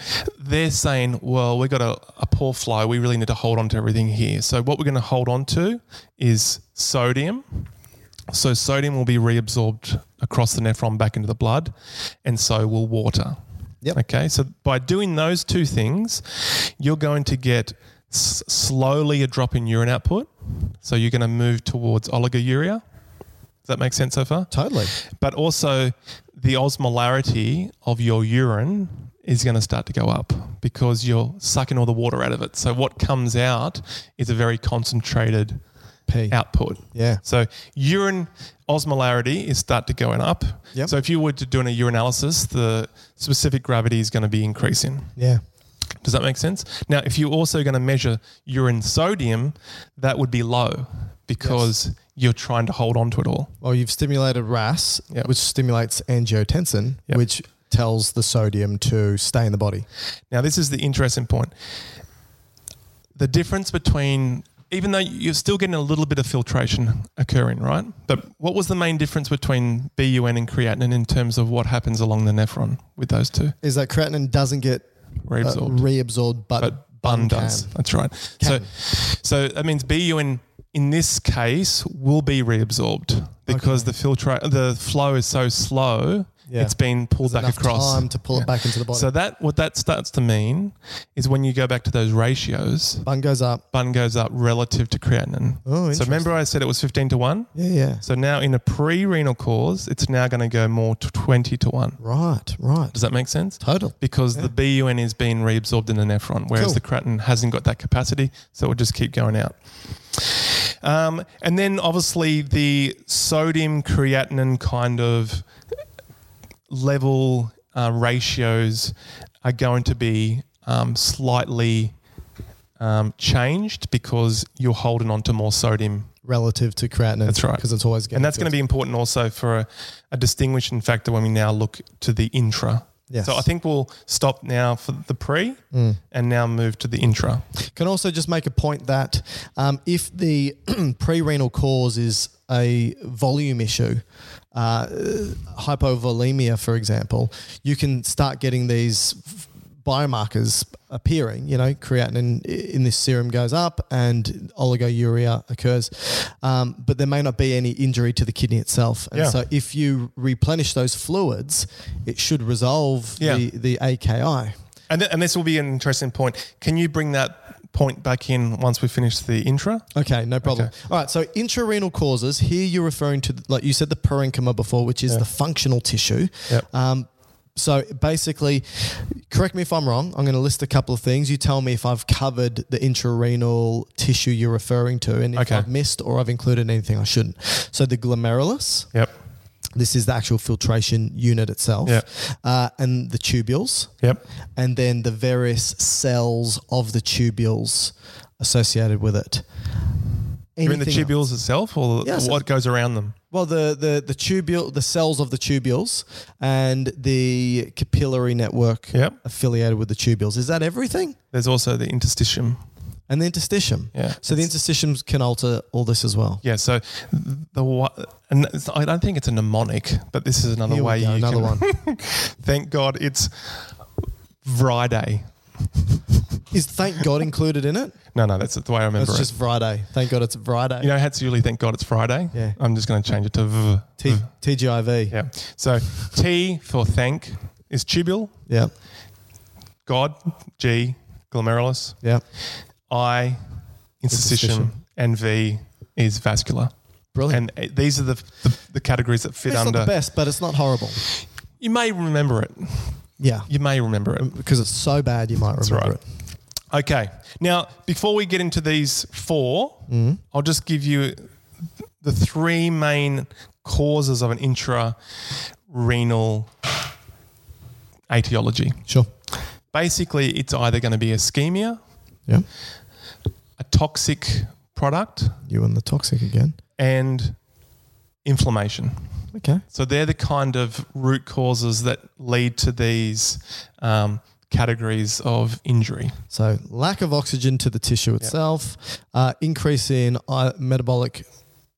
Speaker 2: They're saying, well, we've got a, a poor flow. We really need to hold on to everything here. So what we're going to hold on to is sodium. So sodium will be reabsorbed across the nephron back into the blood, and so will water.
Speaker 1: Yep.
Speaker 2: Okay. So by doing those two things, you're going to get s- slowly a drop in urine output. So you're going to move towards oliguria. Does that make sense so far?
Speaker 1: Totally.
Speaker 2: But also, the osmolarity of your urine is going to start to go up because you're sucking all the water out of it. So what comes out is a very concentrated
Speaker 1: P.
Speaker 2: output.
Speaker 1: Yeah.
Speaker 2: So urine osmolarity is start to going up.
Speaker 1: Yep.
Speaker 2: So if you were to do an urinalysis, the specific gravity is going to be increasing.
Speaker 1: Yeah.
Speaker 2: Does that make sense? Now, if you're also going to measure urine sodium, that would be low because you're trying to hold on to it all.
Speaker 1: Well, you've stimulated RAS,
Speaker 2: Yep.
Speaker 1: which stimulates angiotensin,
Speaker 2: Yep.
Speaker 1: which tells the sodium to stay in the body.
Speaker 2: Now, this is the interesting point. The difference between, even though you're still getting a little bit of filtration occurring, right? But what was the main difference between BUN and creatinine in terms of what happens along the nephron with those two?
Speaker 1: Is that creatinine doesn't get uh,
Speaker 2: Reabsorbed.
Speaker 1: reabsorbed, but,
Speaker 2: but bun
Speaker 1: can.
Speaker 2: does. That's right. So, so that means BUN in this case will be reabsorbed because the filtra- the flow is so slow.
Speaker 1: Yeah.
Speaker 2: It's been pulled
Speaker 1: There's
Speaker 2: back
Speaker 1: enough
Speaker 2: across.
Speaker 1: time to pull it back into the body.
Speaker 2: So that what that starts to mean is when you go back to those ratios,
Speaker 1: Bun goes up.
Speaker 2: bun goes up relative to creatinine.
Speaker 1: Oh,
Speaker 2: so remember I said it was fifteen to one.
Speaker 1: Yeah, yeah.
Speaker 2: So now in a pre-renal cause, it's now going to go more to twenty to one.
Speaker 1: Right, right.
Speaker 2: Does that make sense?
Speaker 1: Total.
Speaker 2: because the BUN is being reabsorbed in the nephron, whereas
Speaker 1: Cool.
Speaker 2: the creatinine hasn't got that capacity, so it will just keep going out. Um, and then obviously the sodium creatinine kind of level uh, ratios are going to be um, slightly um, changed because you're holding on to more sodium
Speaker 1: Relative to creatinine.
Speaker 2: That's right.
Speaker 1: Because it's always getting
Speaker 2: and that's going to be important also for a, a distinguishing factor when we now look to the intra.
Speaker 1: Yes.
Speaker 2: So I think we'll stop now for the pre and now move to the intra.
Speaker 1: Can also just make a point that um, if the pre-renal cause is a volume issue, uh, hypovolemia, for example, you can start getting these f- biomarkers appearing. You know, creatinine i- in this serum goes up and oliguria occurs, um, but there may not be any injury to the kidney itself. And
Speaker 2: Yeah.
Speaker 1: so, if you replenish those fluids, it should resolve
Speaker 2: Yeah.
Speaker 1: the, the AKI.
Speaker 2: And, th- and this will be an interesting point. Can you bring that point back in once we finish the intra?
Speaker 1: Okay, no problem. All right, so intrarenal causes. Here you're referring to, like you said, the parenchyma before, which is the functional tissue.
Speaker 2: Yep.
Speaker 1: Um, so basically, correct me if I'm wrong. I'm going to list a couple of things. You tell me if I've covered the intrarenal tissue you're referring to, and if
Speaker 2: Okay.
Speaker 1: I've missed or I've included anything I shouldn't. So the glomerulus.
Speaker 2: Yep.
Speaker 1: This is the actual filtration unit itself,
Speaker 2: Yep.
Speaker 1: uh, and the tubules
Speaker 2: Yep.
Speaker 1: and then the various cells of the tubules associated with it.
Speaker 2: You mean the
Speaker 1: Anything else?
Speaker 2: tubules itself or
Speaker 1: Yes.
Speaker 2: what goes around them?
Speaker 1: Well, the the the tubule, the cells of the tubules, and the capillary network
Speaker 2: Yep.
Speaker 1: affiliated with the tubules. Is that everything?
Speaker 2: There's also the interstitium.
Speaker 1: And the interstitium.
Speaker 2: Yeah.
Speaker 1: So the interstitiums can alter all this as well.
Speaker 2: Yeah, so the wa- and it's- I don't think it's a mnemonic, but this is another
Speaker 1: Here we
Speaker 2: way
Speaker 1: go,
Speaker 2: you
Speaker 1: another one.
Speaker 2: can Thank God it's Friday.
Speaker 1: Is thank God included in it?
Speaker 2: No, no, that's the way I remember
Speaker 1: It's
Speaker 2: it.
Speaker 1: just Friday. Thank God it's Friday.
Speaker 2: you know, Hatsuli, thank God it's Friday.
Speaker 1: Yeah.
Speaker 2: I'm just going to change it to V.
Speaker 1: T- TGIV.
Speaker 2: Hmm. Yeah. So T for thank is tubule,
Speaker 1: Yep.
Speaker 2: God, G, glomerulus,
Speaker 1: Yep.
Speaker 2: I, interstitium,
Speaker 1: Interstitium.
Speaker 2: and V is vascular.
Speaker 1: Brilliant.
Speaker 2: And uh, these are the, the, the categories that fit
Speaker 1: it's
Speaker 2: under.
Speaker 1: not the best, but it's not horrible.
Speaker 2: You may remember it.
Speaker 1: Yeah.
Speaker 2: You may remember it.
Speaker 1: Because it's so bad, you might remember
Speaker 2: right. Okay. Now, before we get into these 4 i I'll just give you the three main causes of an intra-renal etiology.
Speaker 1: it. Sure.
Speaker 2: Basically, it's either going to be ischemia,
Speaker 1: Yeah.
Speaker 2: a toxic product,
Speaker 1: You and the toxic again.
Speaker 2: and inflammation.
Speaker 1: Okay.
Speaker 2: So they're the kind of root causes that lead to these um, categories of injury.
Speaker 1: So lack of oxygen to the tissue itself, uh, increase in uh, metabolic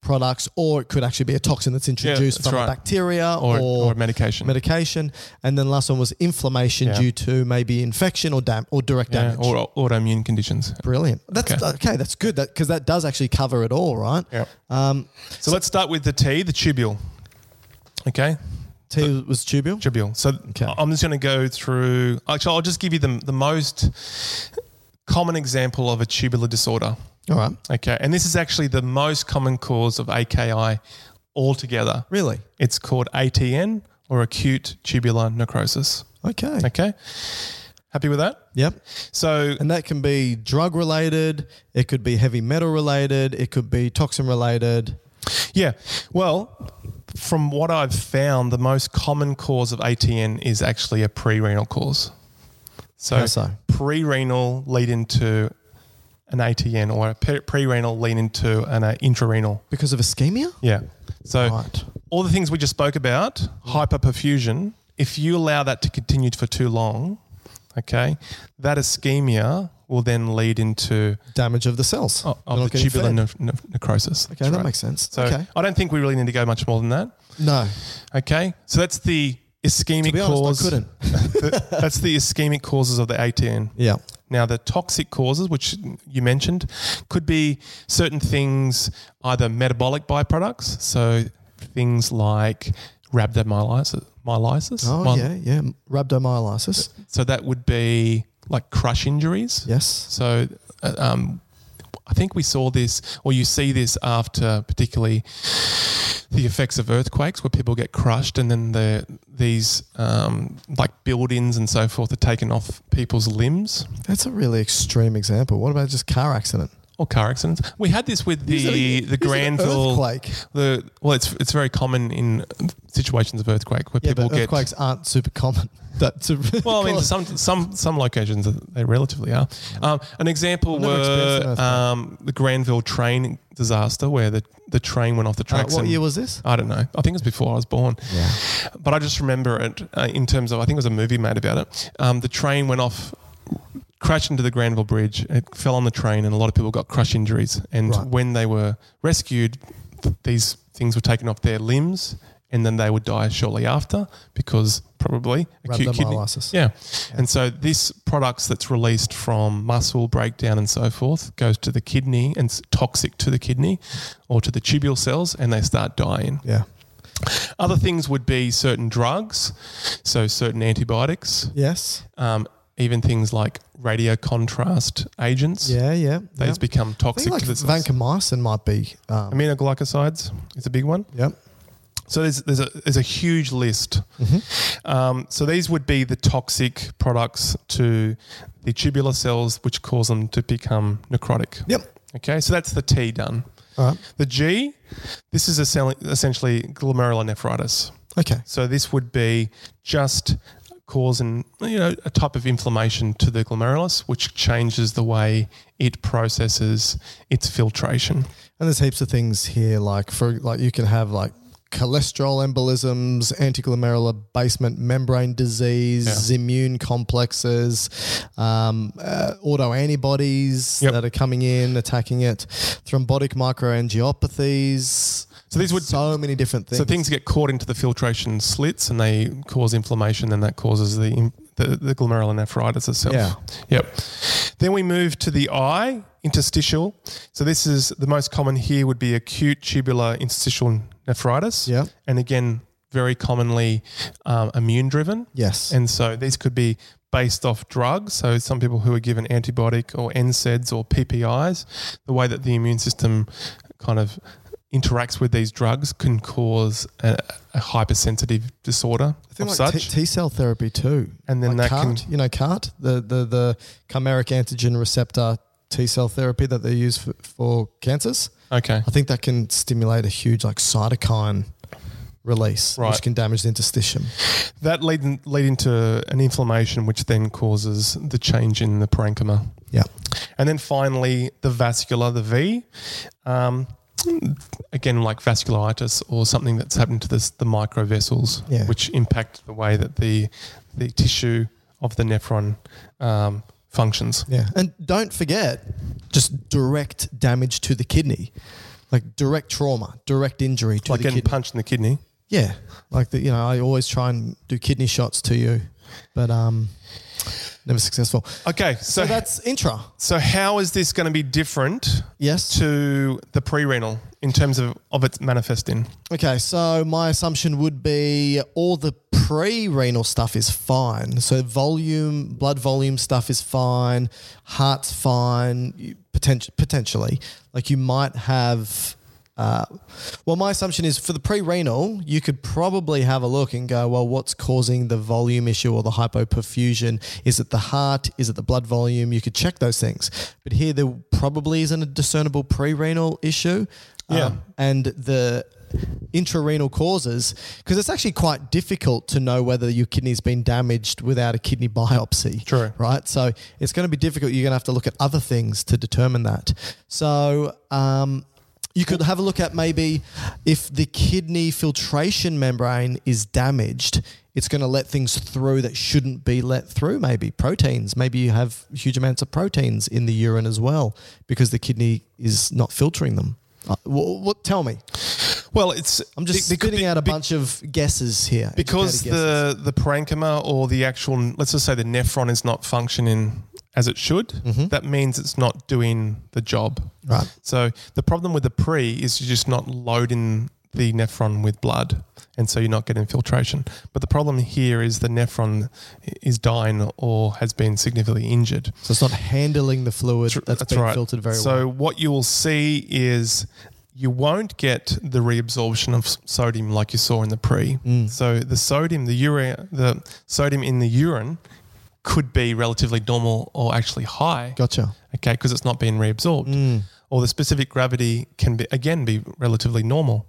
Speaker 1: products, or it could actually be a toxin that's introduced
Speaker 2: that's
Speaker 1: from
Speaker 2: right.
Speaker 1: bacteria
Speaker 2: Or-
Speaker 1: or,
Speaker 2: or medication.
Speaker 1: Medication, and then last one was inflammation
Speaker 2: Yeah.
Speaker 1: due to maybe infection or dam- or direct
Speaker 2: Yeah,
Speaker 1: damage.
Speaker 2: or au- autoimmune conditions.
Speaker 1: Brilliant. That's okay.
Speaker 2: Okay.
Speaker 1: that's good. That because that does actually cover it all, right?
Speaker 2: Yeah.
Speaker 1: Um,
Speaker 2: So let's start with the T, the tubule. Okay,
Speaker 1: T was tubule.
Speaker 2: tubule. So
Speaker 1: Okay.
Speaker 2: I'm just going to go through. Actually, I'll just give you the, the most common example of a tubular disorder.
Speaker 1: all right.
Speaker 2: Okay, and this is actually the most common cause of AKI altogether.
Speaker 1: Really?
Speaker 2: It's called ATN or acute tubular necrosis.
Speaker 1: Okay.
Speaker 2: Okay, happy with that?
Speaker 1: Yep.
Speaker 2: So
Speaker 1: And that can be drug related. It could be heavy metal related. It could be toxin related.
Speaker 2: Yeah. Well, from what I've found, the most common cause of ATN is actually a pre-renal cause. So,
Speaker 1: How so?
Speaker 2: pre-renal lead into an ATN or a pe- pre-renal lead into an uh, intrarenal.
Speaker 1: Because of ischemia?
Speaker 2: Yeah. So
Speaker 1: Right.
Speaker 2: all the things we just spoke about, hyperperfusion, if you allow that to continue for too long, okay, that ischemia will then lead into
Speaker 1: Damage of the cells.
Speaker 2: Oh, of
Speaker 1: They're Oh, not
Speaker 2: the
Speaker 1: getting
Speaker 2: tubular
Speaker 1: fed.
Speaker 2: nef- nef- necrosis.
Speaker 1: Okay, that makes sense.
Speaker 2: So
Speaker 1: okay.
Speaker 2: I don't think we really need to go much more than that.
Speaker 1: No.
Speaker 2: Okay, so that's the ischemic
Speaker 1: To be honest,
Speaker 2: cause.
Speaker 1: I couldn't.
Speaker 2: That's the ischemic causes of the ATN.
Speaker 1: Yeah.
Speaker 2: Now, the toxic causes, which you mentioned, could be certain things, either metabolic byproducts, so things like rhabdomyolysis. Myolysis.
Speaker 1: Oh,
Speaker 2: Myo-
Speaker 1: yeah, yeah. Rhabdomyolysis.
Speaker 2: So that would be like crush injuries.
Speaker 1: Yes.
Speaker 2: So, uh, um, I think we saw this, or you see this after particularly the effects of earthquakes, where people get crushed, and then the these um, like buildings and so forth are taken off people's limbs
Speaker 1: That's a really extreme example. What about just car accident?
Speaker 2: or car accidents. We had this with
Speaker 1: Is it a-
Speaker 2: the
Speaker 1: is
Speaker 2: the
Speaker 1: it an
Speaker 2: Granville.
Speaker 1: earthquake.
Speaker 2: The well, it's it's very common in situations of earthquake where
Speaker 1: Yeah,
Speaker 2: people
Speaker 1: but
Speaker 2: get
Speaker 1: earthquakes aren't super common. That's a
Speaker 2: Well, I mean,
Speaker 1: cause-
Speaker 2: some some some locations they relatively are. Um, an example
Speaker 1: I've never experienced an
Speaker 2: were
Speaker 1: earthquake.
Speaker 2: um, the Granville train disaster, where the, the train went off the
Speaker 1: Uh,
Speaker 2: tracks.
Speaker 1: what
Speaker 2: and-
Speaker 1: year was this?
Speaker 2: I don't know. I think it was before I was born.
Speaker 1: Yeah.
Speaker 2: But I just remember it uh, in terms of I think it was a movie made about it. Um, the train went off, crashed into the Granville Bridge. It fell on the train, and a lot of people got crush injuries. And
Speaker 1: Right.
Speaker 2: when they were rescued, th- these things were taken off their limbs, and then they would die shortly after because probably acute kidney.
Speaker 1: Rhabdomyolysis.
Speaker 2: Yeah. And so this products that's released from muscle breakdown and so forth goes to the kidney and it's toxic to the kidney or to the tubule cells and they start dying.
Speaker 1: Yeah.
Speaker 2: Other things would be certain drugs, so certain antibiotics,
Speaker 1: Yes.
Speaker 2: um, even things like radio contrast agents.
Speaker 1: Yeah, yeah.
Speaker 2: These
Speaker 1: yeah.
Speaker 2: become
Speaker 1: I
Speaker 2: toxic
Speaker 1: think like
Speaker 2: to the cells.
Speaker 1: vancomycin might be. Um,
Speaker 2: Aminoglycosides is a big one.
Speaker 1: yep.
Speaker 2: So there's there's a there's a huge list. Um, so these would be the toxic products to the tubular cells, which cause them to become necrotic.
Speaker 1: Yep.
Speaker 2: Okay, so that's the T done.
Speaker 1: All right.
Speaker 2: The G, this is essen- essentially glomerulonephritis.
Speaker 1: Okay.
Speaker 2: So this would be just causing you know a type of inflammation to the glomerulus, which changes the way it processes its filtration.
Speaker 1: And there's heaps of things here, like for like you can have like cholesterol embolisms, antiglomerular basement membrane disease, immune complexes, um, uh, autoantibodies
Speaker 2: Yep.
Speaker 1: that are coming in, attacking it, thrombotic microangiopathies.
Speaker 2: So these would-
Speaker 1: so many different things.
Speaker 2: So things get caught into the filtration slits and they cause inflammation, and that causes the the, the glomerulonephritis itself.
Speaker 1: Yeah.
Speaker 2: Yep. Then we move to the eye, interstitial. So this is the most common here would be acute tubular interstitial nephritis.
Speaker 1: Yeah.
Speaker 2: And again, very commonly um, immune driven.
Speaker 1: Yes.
Speaker 2: And so these could be based off drugs. So some people who are given antibiotic or NSAIDs or PPIs, the way that the immune system kind of interacts with these drugs can cause a, a hypersensitive disorder
Speaker 1: I
Speaker 2: of
Speaker 1: think like
Speaker 2: such.
Speaker 1: T cell therapy too.
Speaker 2: And then
Speaker 1: like
Speaker 2: that can-
Speaker 1: CART, you know, CART, the, the, the chimeric antigen receptor T cell therapy that they use for, for cancers.
Speaker 2: okay.
Speaker 1: I think that can stimulate a huge like cytokine release,
Speaker 2: Right.
Speaker 1: which can damage the interstitium.
Speaker 2: That lead, lead into an inflammation, which then causes the change in the parenchyma.
Speaker 1: Yeah.
Speaker 2: And then finally, the vascular, the V. Um, again, like vasculitis or something that's happened to this, the microvessels,
Speaker 1: Yeah.
Speaker 2: which impact the way that the, the tissue of the nephron um, functions.
Speaker 1: Yeah. And don't forget just direct damage to the kidney. Like direct trauma, direct injury to
Speaker 2: Like
Speaker 1: the
Speaker 2: getting
Speaker 1: kidney.
Speaker 2: punched in the kidney.
Speaker 1: Yeah. Like the, you know, I always try and do kidney shots to you, but um never successful.
Speaker 2: Okay,
Speaker 1: So
Speaker 2: so so,
Speaker 1: that's intra.
Speaker 2: how is this going to be different
Speaker 1: Yes.
Speaker 2: to the pre-renal in terms of, of its manifesting?
Speaker 1: Okay, so my assumption would be all the pre-renal stuff is fine. So volume, blood volume stuff is fine. Heart's fine. you- Potent- potentially, like you might have. Uh, well, my assumption is for the pre-renal, you could probably have a look and go, well, what's causing the volume issue or the hypoperfusion? Is it the heart? Is it the blood volume? You could check those things. But here, there probably isn't a discernible pre-renal issue. Um,
Speaker 2: Yeah.
Speaker 1: and the intrarenal causes because it's actually quite difficult to know whether your kidney's been damaged without a kidney biopsy
Speaker 2: True.
Speaker 1: right so it's going to be difficult you're going to have to look at other things to determine that so um, you could have a look at maybe if the kidney filtration membrane is damaged it's going to let things through that shouldn't be let through maybe proteins maybe you have huge amounts of proteins in the urine as well because the kidney is not filtering them uh, what, what tell me
Speaker 2: Well, it's
Speaker 1: I'm just
Speaker 2: be- be-
Speaker 1: spitting out a
Speaker 2: be-
Speaker 1: bunch of guesses here.
Speaker 2: because
Speaker 1: educated
Speaker 2: the the parenchyma or the actual let's just say the nephron is not functioning as it should that means it's not doing the job
Speaker 1: guesses. Mm-hmm. right,
Speaker 2: so the problem with the pre is you're just not loading the nephron with blood and so you're not getting filtration but the problem here is the nephron is dying or has been significantly injured
Speaker 1: so it's not handling the fluid that's been filtered very
Speaker 2: so
Speaker 1: well.
Speaker 2: what you will see is you won't get the reabsorption of s- sodium like you saw in the pre.
Speaker 1: Mm.
Speaker 2: So the sodium, the urea, the sodium in the urine could be relatively normal or actually high.
Speaker 1: Gotcha.
Speaker 2: Okay, because it's not being reabsorbed.
Speaker 1: Mm.
Speaker 2: Or the specific gravity can be again be relatively normal.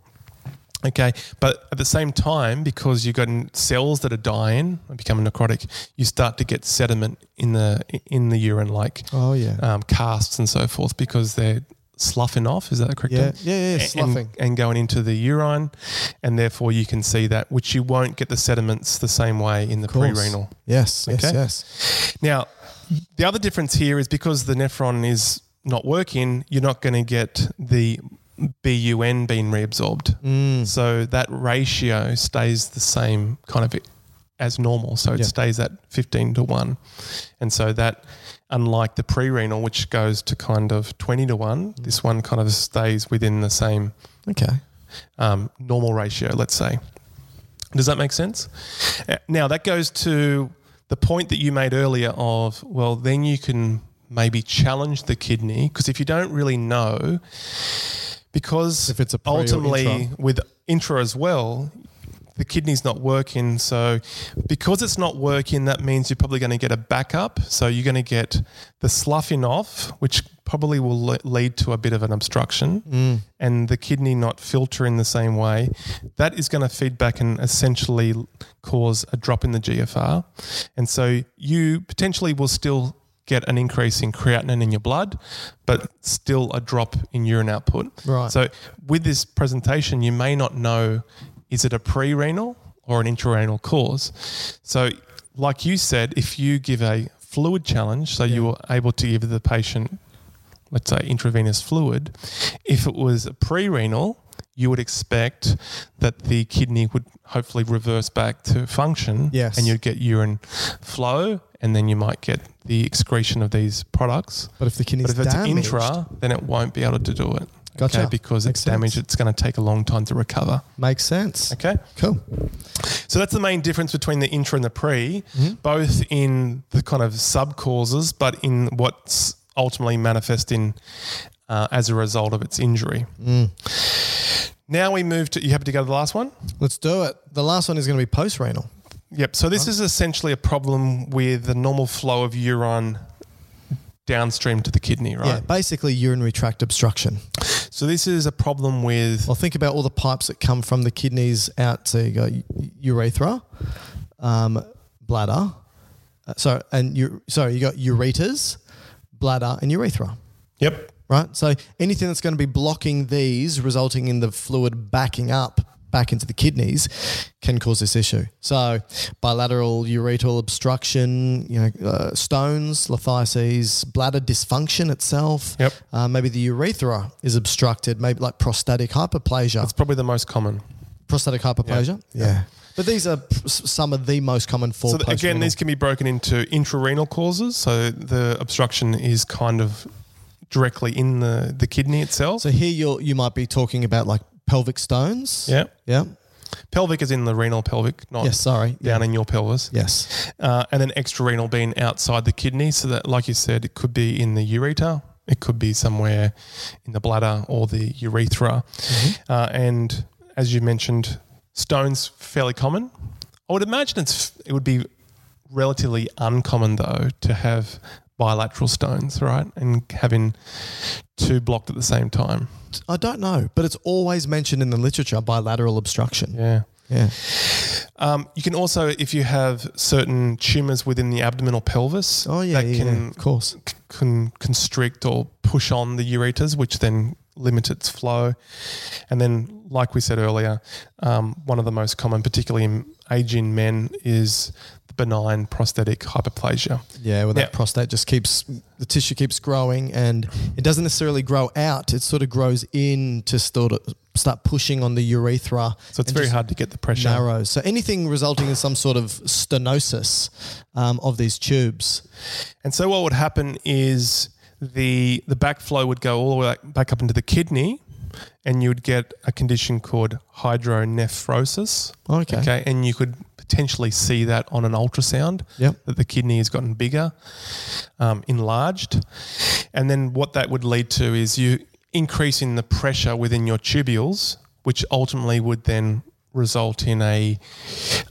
Speaker 2: Okay, but at the same time, because you've got cells that are dying and becoming necrotic, you start to get sediment in the in the urine, like
Speaker 1: Oh yeah,
Speaker 2: um, casts and so forth because they're sloughing off. Is that the correct?
Speaker 1: yeah,
Speaker 2: term?
Speaker 1: yeah, yeah.
Speaker 2: And-
Speaker 1: Sloughing.
Speaker 2: and, going into the urine, and therefore you can see that, which you won't get the sediments the same way in the
Speaker 1: Of course.
Speaker 2: pre-renal.
Speaker 1: Yes, yes,
Speaker 2: Okay.
Speaker 1: yes.
Speaker 2: Now, the other difference here is because the nephron is not working, you're not going to get the BUN being reabsorbed.
Speaker 1: Mm.
Speaker 2: So that ratio stays the same kind of as normal. So it
Speaker 1: Yeah.
Speaker 2: stays at 15 to 1. And so that, unlike the pre renal, which goes to kind of 20 to 1, this one kind of stays within the same
Speaker 1: Okay.
Speaker 2: um, normal ratio, let's say. Does that make sense? Uh, Now, that goes to the point that you made earlier of, well, then you can maybe challenge the kidney because if you don't really know, because
Speaker 1: If it's a pre or
Speaker 2: ultimately
Speaker 1: intra.
Speaker 2: with intra as well, the kidney's not working. So, because it's not working, that means you're probably going to get a backup. So, you're going to get the sloughing off, which probably will le- lead to a bit of an obstruction, and the kidney not filtering the same way. That is going to feed back and essentially l- cause a drop in the GFR. And so, you potentially will still get an increase in creatinine in your blood, but still a drop in urine output.
Speaker 1: Right.
Speaker 2: So with this presentation, you may not know is it a pre-renal or an intrarenal cause. So like you said, if you give a fluid challenge, so you were able to give the patient, let's say, intravenous fluid, if it was a pre-renal, you would expect that the kidney would hopefully reverse back to function.
Speaker 1: Yes.
Speaker 2: And you'd get urine flow, and then you might get the excretion of these products.
Speaker 1: But if the kidney's
Speaker 2: But if it's
Speaker 1: damaged,
Speaker 2: intra, then it won't be able to do it.
Speaker 1: Gotcha.
Speaker 2: Okay, because
Speaker 1: Makes
Speaker 2: it's damaged,
Speaker 1: sense.
Speaker 2: it's going to take a long time to recover.
Speaker 1: makes sense.
Speaker 2: Okay.
Speaker 1: Cool.
Speaker 2: So that's the main difference between the intra and the pre, both in the kind of sub causes, but in what's ultimately manifest in uh, as a result of its injury. Now we move to. You happy to go to the last one?
Speaker 1: Let's do it. The last one is going to be post renal.
Speaker 2: Yep. So this is essentially a problem with the normal flow of urine downstream to the kidney,
Speaker 1: Yeah,
Speaker 2: right?
Speaker 1: basically urinary tract obstruction.
Speaker 2: So this is a problem with
Speaker 1: Well, think about all the pipes that come from the kidneys out to you got u- urethra, um, bladder. Uh, so and you sorry, you got ureters, bladder, and urethra.
Speaker 2: yep.
Speaker 1: Right. So anything that's going to be blocking these, resulting in the fluid backing up back into the kidneys, can cause this issue. So bilateral ureteral obstruction, you know, uh, stones, lithiases, bladder dysfunction itself.
Speaker 2: Yep.
Speaker 1: Uh, maybe the urethra is obstructed. Maybe like prostatic hyperplasia.
Speaker 2: It's probably the most common.
Speaker 1: prostatic hyperplasia. Yeah. But these are p- s- some of the most common for
Speaker 2: So th- again,
Speaker 1: post-renal.
Speaker 2: these can be broken into intrarenal causes. So the obstruction is kind of directly in the, the kidney itself.
Speaker 1: So here you you might be talking about like pelvic stones.
Speaker 2: yeah.
Speaker 1: Yeah.
Speaker 2: Pelvic is in the renal pelvic, not
Speaker 1: Yes. Sorry.
Speaker 2: down
Speaker 1: Yeah.
Speaker 2: in your pelvis.
Speaker 1: Yes.
Speaker 2: Uh, and then extrarenal being outside the kidney. So that, like you said, it could be in the ureter, it could be somewhere in the bladder or the urethra. Uh, and as you mentioned, stones fairly common. I would imagine it's it would be relatively uncommon though to have bilateral stones, right? And having two blocked at the same time.
Speaker 1: I don't know, but it's always mentioned in the literature bilateral obstruction. Yeah.
Speaker 2: Yeah. Um, you can also, if you have certain tumors within the abdominal pelvis,
Speaker 1: Oh yeah,
Speaker 2: that
Speaker 1: yeah,
Speaker 2: can
Speaker 1: yeah, of course.
Speaker 2: c- can constrict or push on the ureters, which then limits its flow. And then, like we said earlier, um, one of the most common, particularly in aging men, is the benign prostatic hyperplasia.
Speaker 1: Yeah, well, that
Speaker 2: Yeah.
Speaker 1: prostate just keeps the tissue keeps growing, and it doesn't necessarily grow out. It sort of grows in to sort of start pushing on the urethra.
Speaker 2: So it's
Speaker 1: and
Speaker 2: very
Speaker 1: just
Speaker 2: hard to get the pressure.
Speaker 1: Narrows. So anything resulting in some sort of stenosis um, of these tubes.
Speaker 2: And so what would happen is the the backflow would go all the way back up into the kidney, and you would get a condition called hydronephrosis.
Speaker 1: Okay.
Speaker 2: Okay, and you could potentially see that on an ultrasound.
Speaker 1: Yep.
Speaker 2: That the kidney has gotten bigger, um, enlarged, and then what that would lead to is you increasing the pressure within your tubules, which ultimately would then result in a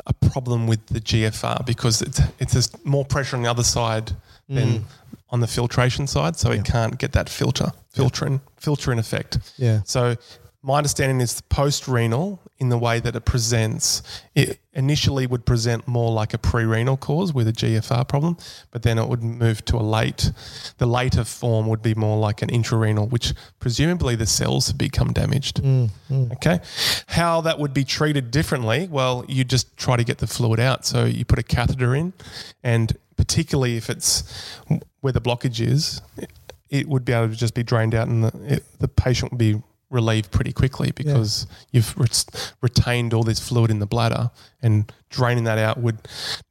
Speaker 2: a problem with the GFR because it's it's just more pressure on the other side than on the filtration side, so it can't get that filter filtering filtering effect.
Speaker 1: Yeah.
Speaker 2: So my understanding is post renal in the way that it presents. It initially would present more like a pre renal cause with a GFR problem, but then it would move to a late. The later form would be more like an intrarenal, which presumably the cells have become damaged. Okay. How that would be treated differently? Well, you just try to get the fluid out. So you put a catheter in, and particularly if it's where the blockage is, it- it would be able to just be drained out, and the, it, the patient would be relieved pretty quickly because you've ret- retained all this fluid in the bladder, and draining that out would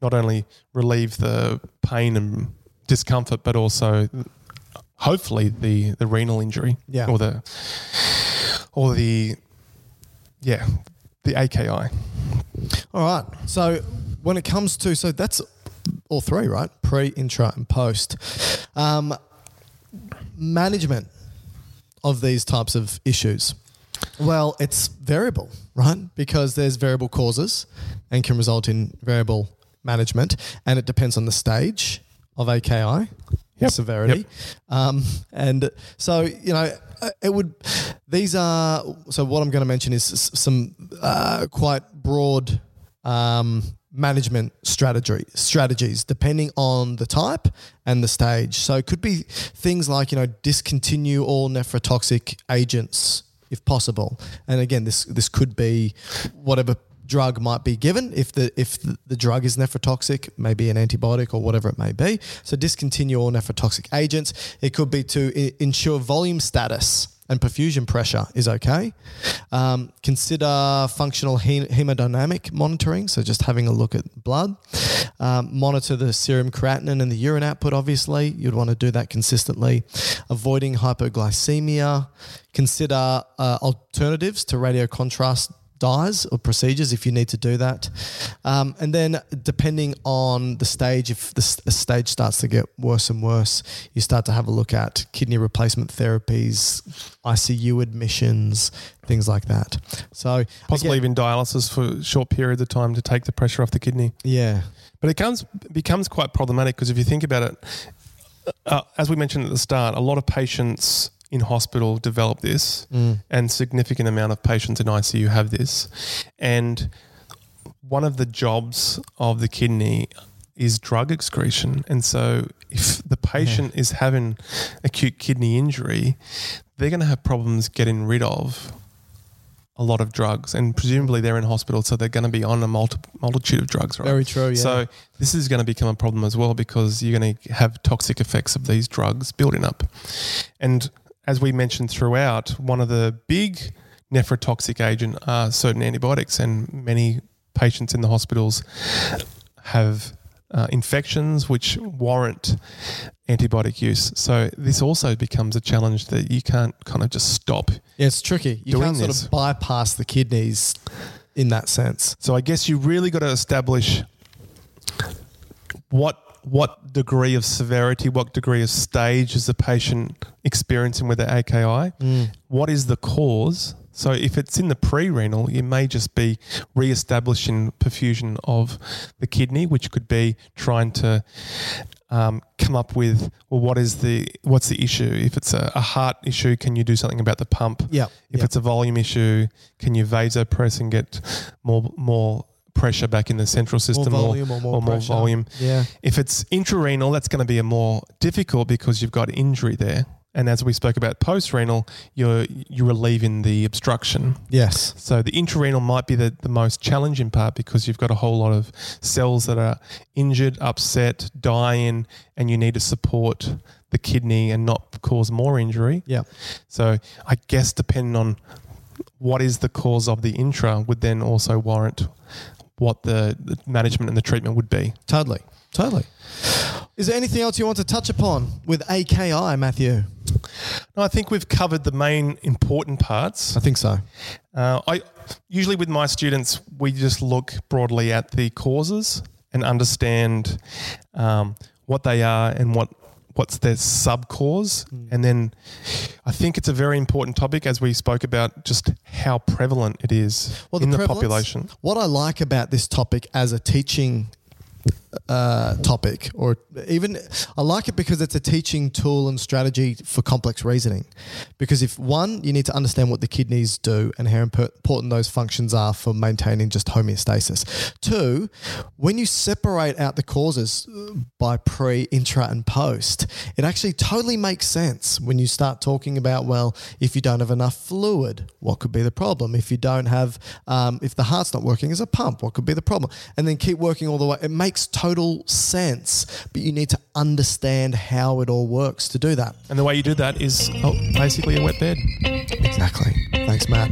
Speaker 2: not only relieve the pain and discomfort, but also hopefully the the renal injury
Speaker 1: Yeah.
Speaker 2: or the or the yeah the AKI.
Speaker 1: All right. So when it comes to so that's all three, right? Pre, intra, and post. Um, management of these types of issues. Well, it's variable, right? Because there's variable causes and can result in variable management, and it depends on the stage of AKI
Speaker 2: Yep.
Speaker 1: severity.
Speaker 2: Yep.
Speaker 1: Um, and so, you know, it would, these are, so what I'm going to mention is s- some uh, quite broad um, management strategy strategies depending on the type and the stage. So it could be things like, you know, discontinue all nephrotoxic agents if possible. And again, this, this could be whatever drug might be given if the if the, the drug is nephrotoxic maybe an antibiotic or whatever it may be so discontinue all nephrotoxic agents it could be to I- ensure volume status and perfusion pressure is okay. Um, consider functional he- hemodynamic monitoring, so just having a look at blood. Um, monitor the serum creatinine and the urine output, obviously. You'd want to do that consistently. Avoiding hypoglycemia. Consider uh, alternatives to radiocontrast dyes or procedures if you need to do that. Um, and then, depending on the stage, if the s- the stage starts to get worse and worse, you start to have a look at kidney replacement therapies, ICU admissions, things like that. So,
Speaker 2: Possibly
Speaker 1: again-
Speaker 2: even dialysis for short periods of time to take the pressure off the kidney.
Speaker 1: yeah,
Speaker 2: But it comes, becomes quite problematic because if you think about it, uh, as we mentioned at the start, a lot of patients in hospital develop this, and significant amount of patients in ICU have this. And one of the jobs of the kidney is drug excretion, and so if the patient is having acute kidney injury, they're going to have problems getting rid of a lot of drugs, and presumably they're in hospital, so they're going to be on a multi- multitude of drugs, right?
Speaker 1: very true. Oh, Yeah.
Speaker 2: So this is going to become a problem as well because you're going to have toxic effects of these drugs building up. And as we mentioned throughout, one of the big nephrotoxic agent are certain antibiotics, and many patients in the hospitals have uh, infections which warrant antibiotic use. So this also becomes a challenge that you can't kind of just stop.
Speaker 1: yeah, it's tricky. You
Speaker 2: doing
Speaker 1: can't sort
Speaker 2: this.
Speaker 1: of bypass the kidneys in that sense.
Speaker 2: So I guess you really got to establish what what degree of severity, what degree of stage is the patient experiencing with the AKI? What is the cause? So if it's in the pre-renal, it may just be re-establishing perfusion of the kidney, which could be trying to um, come up with well, what is the what's the issue? If it's a, a heart issue, can you do something about the pump?
Speaker 1: Yeah,
Speaker 2: If
Speaker 1: yeah.
Speaker 2: it's a volume issue, can you vasopress and get more more pressure back in the central system
Speaker 1: volume or more pressure.
Speaker 2: volume?
Speaker 1: Yeah.
Speaker 2: If it's intrarenal, that's going to be a more difficult because you've got injury there. And as we spoke about post-renal, you're you're relieving the obstruction.
Speaker 1: Yes.
Speaker 2: So the intrarenal might be the, the most challenging part because you've got a whole lot of cells that are injured, upset, dying, and you need to support the kidney and not cause more injury.
Speaker 1: Yeah.
Speaker 2: So I guess depending on what is the cause of the intra would then also warrant what the, the management and the treatment would be.
Speaker 1: Totally. Totally. Is there anything else you want to touch upon with AKI, Matthew?
Speaker 2: No, I think we've covered the main important parts.
Speaker 1: I think so.
Speaker 2: Uh, I usually with my students we just look broadly at the causes and understand um, what they are and what what's their sub cause, and then I think it's a very important topic as we spoke about just how prevalent it is in the
Speaker 1: prevalence-
Speaker 2: population.
Speaker 1: What I like about this topic as a teaching uh, topic, or even I like it because it's a teaching tool and strategy for complex reasoning. Because if one, you need to understand what the kidneys do and how impo- important those functions are for maintaining just homeostasis. Two, when you separate out the causes uh, by pre, intra, and post, it actually totally makes sense when you start talking about, well, if you don't have enough fluid, what could be the problem? If you don't have, um, if the heart's not working as a pump, what could be the problem? And then keep working all the way. It makes total sense, but you need to understand how it all works to do that.
Speaker 2: And the way you do that is oh, basically a wet bed.
Speaker 1: Exactly. Thanks, Matt.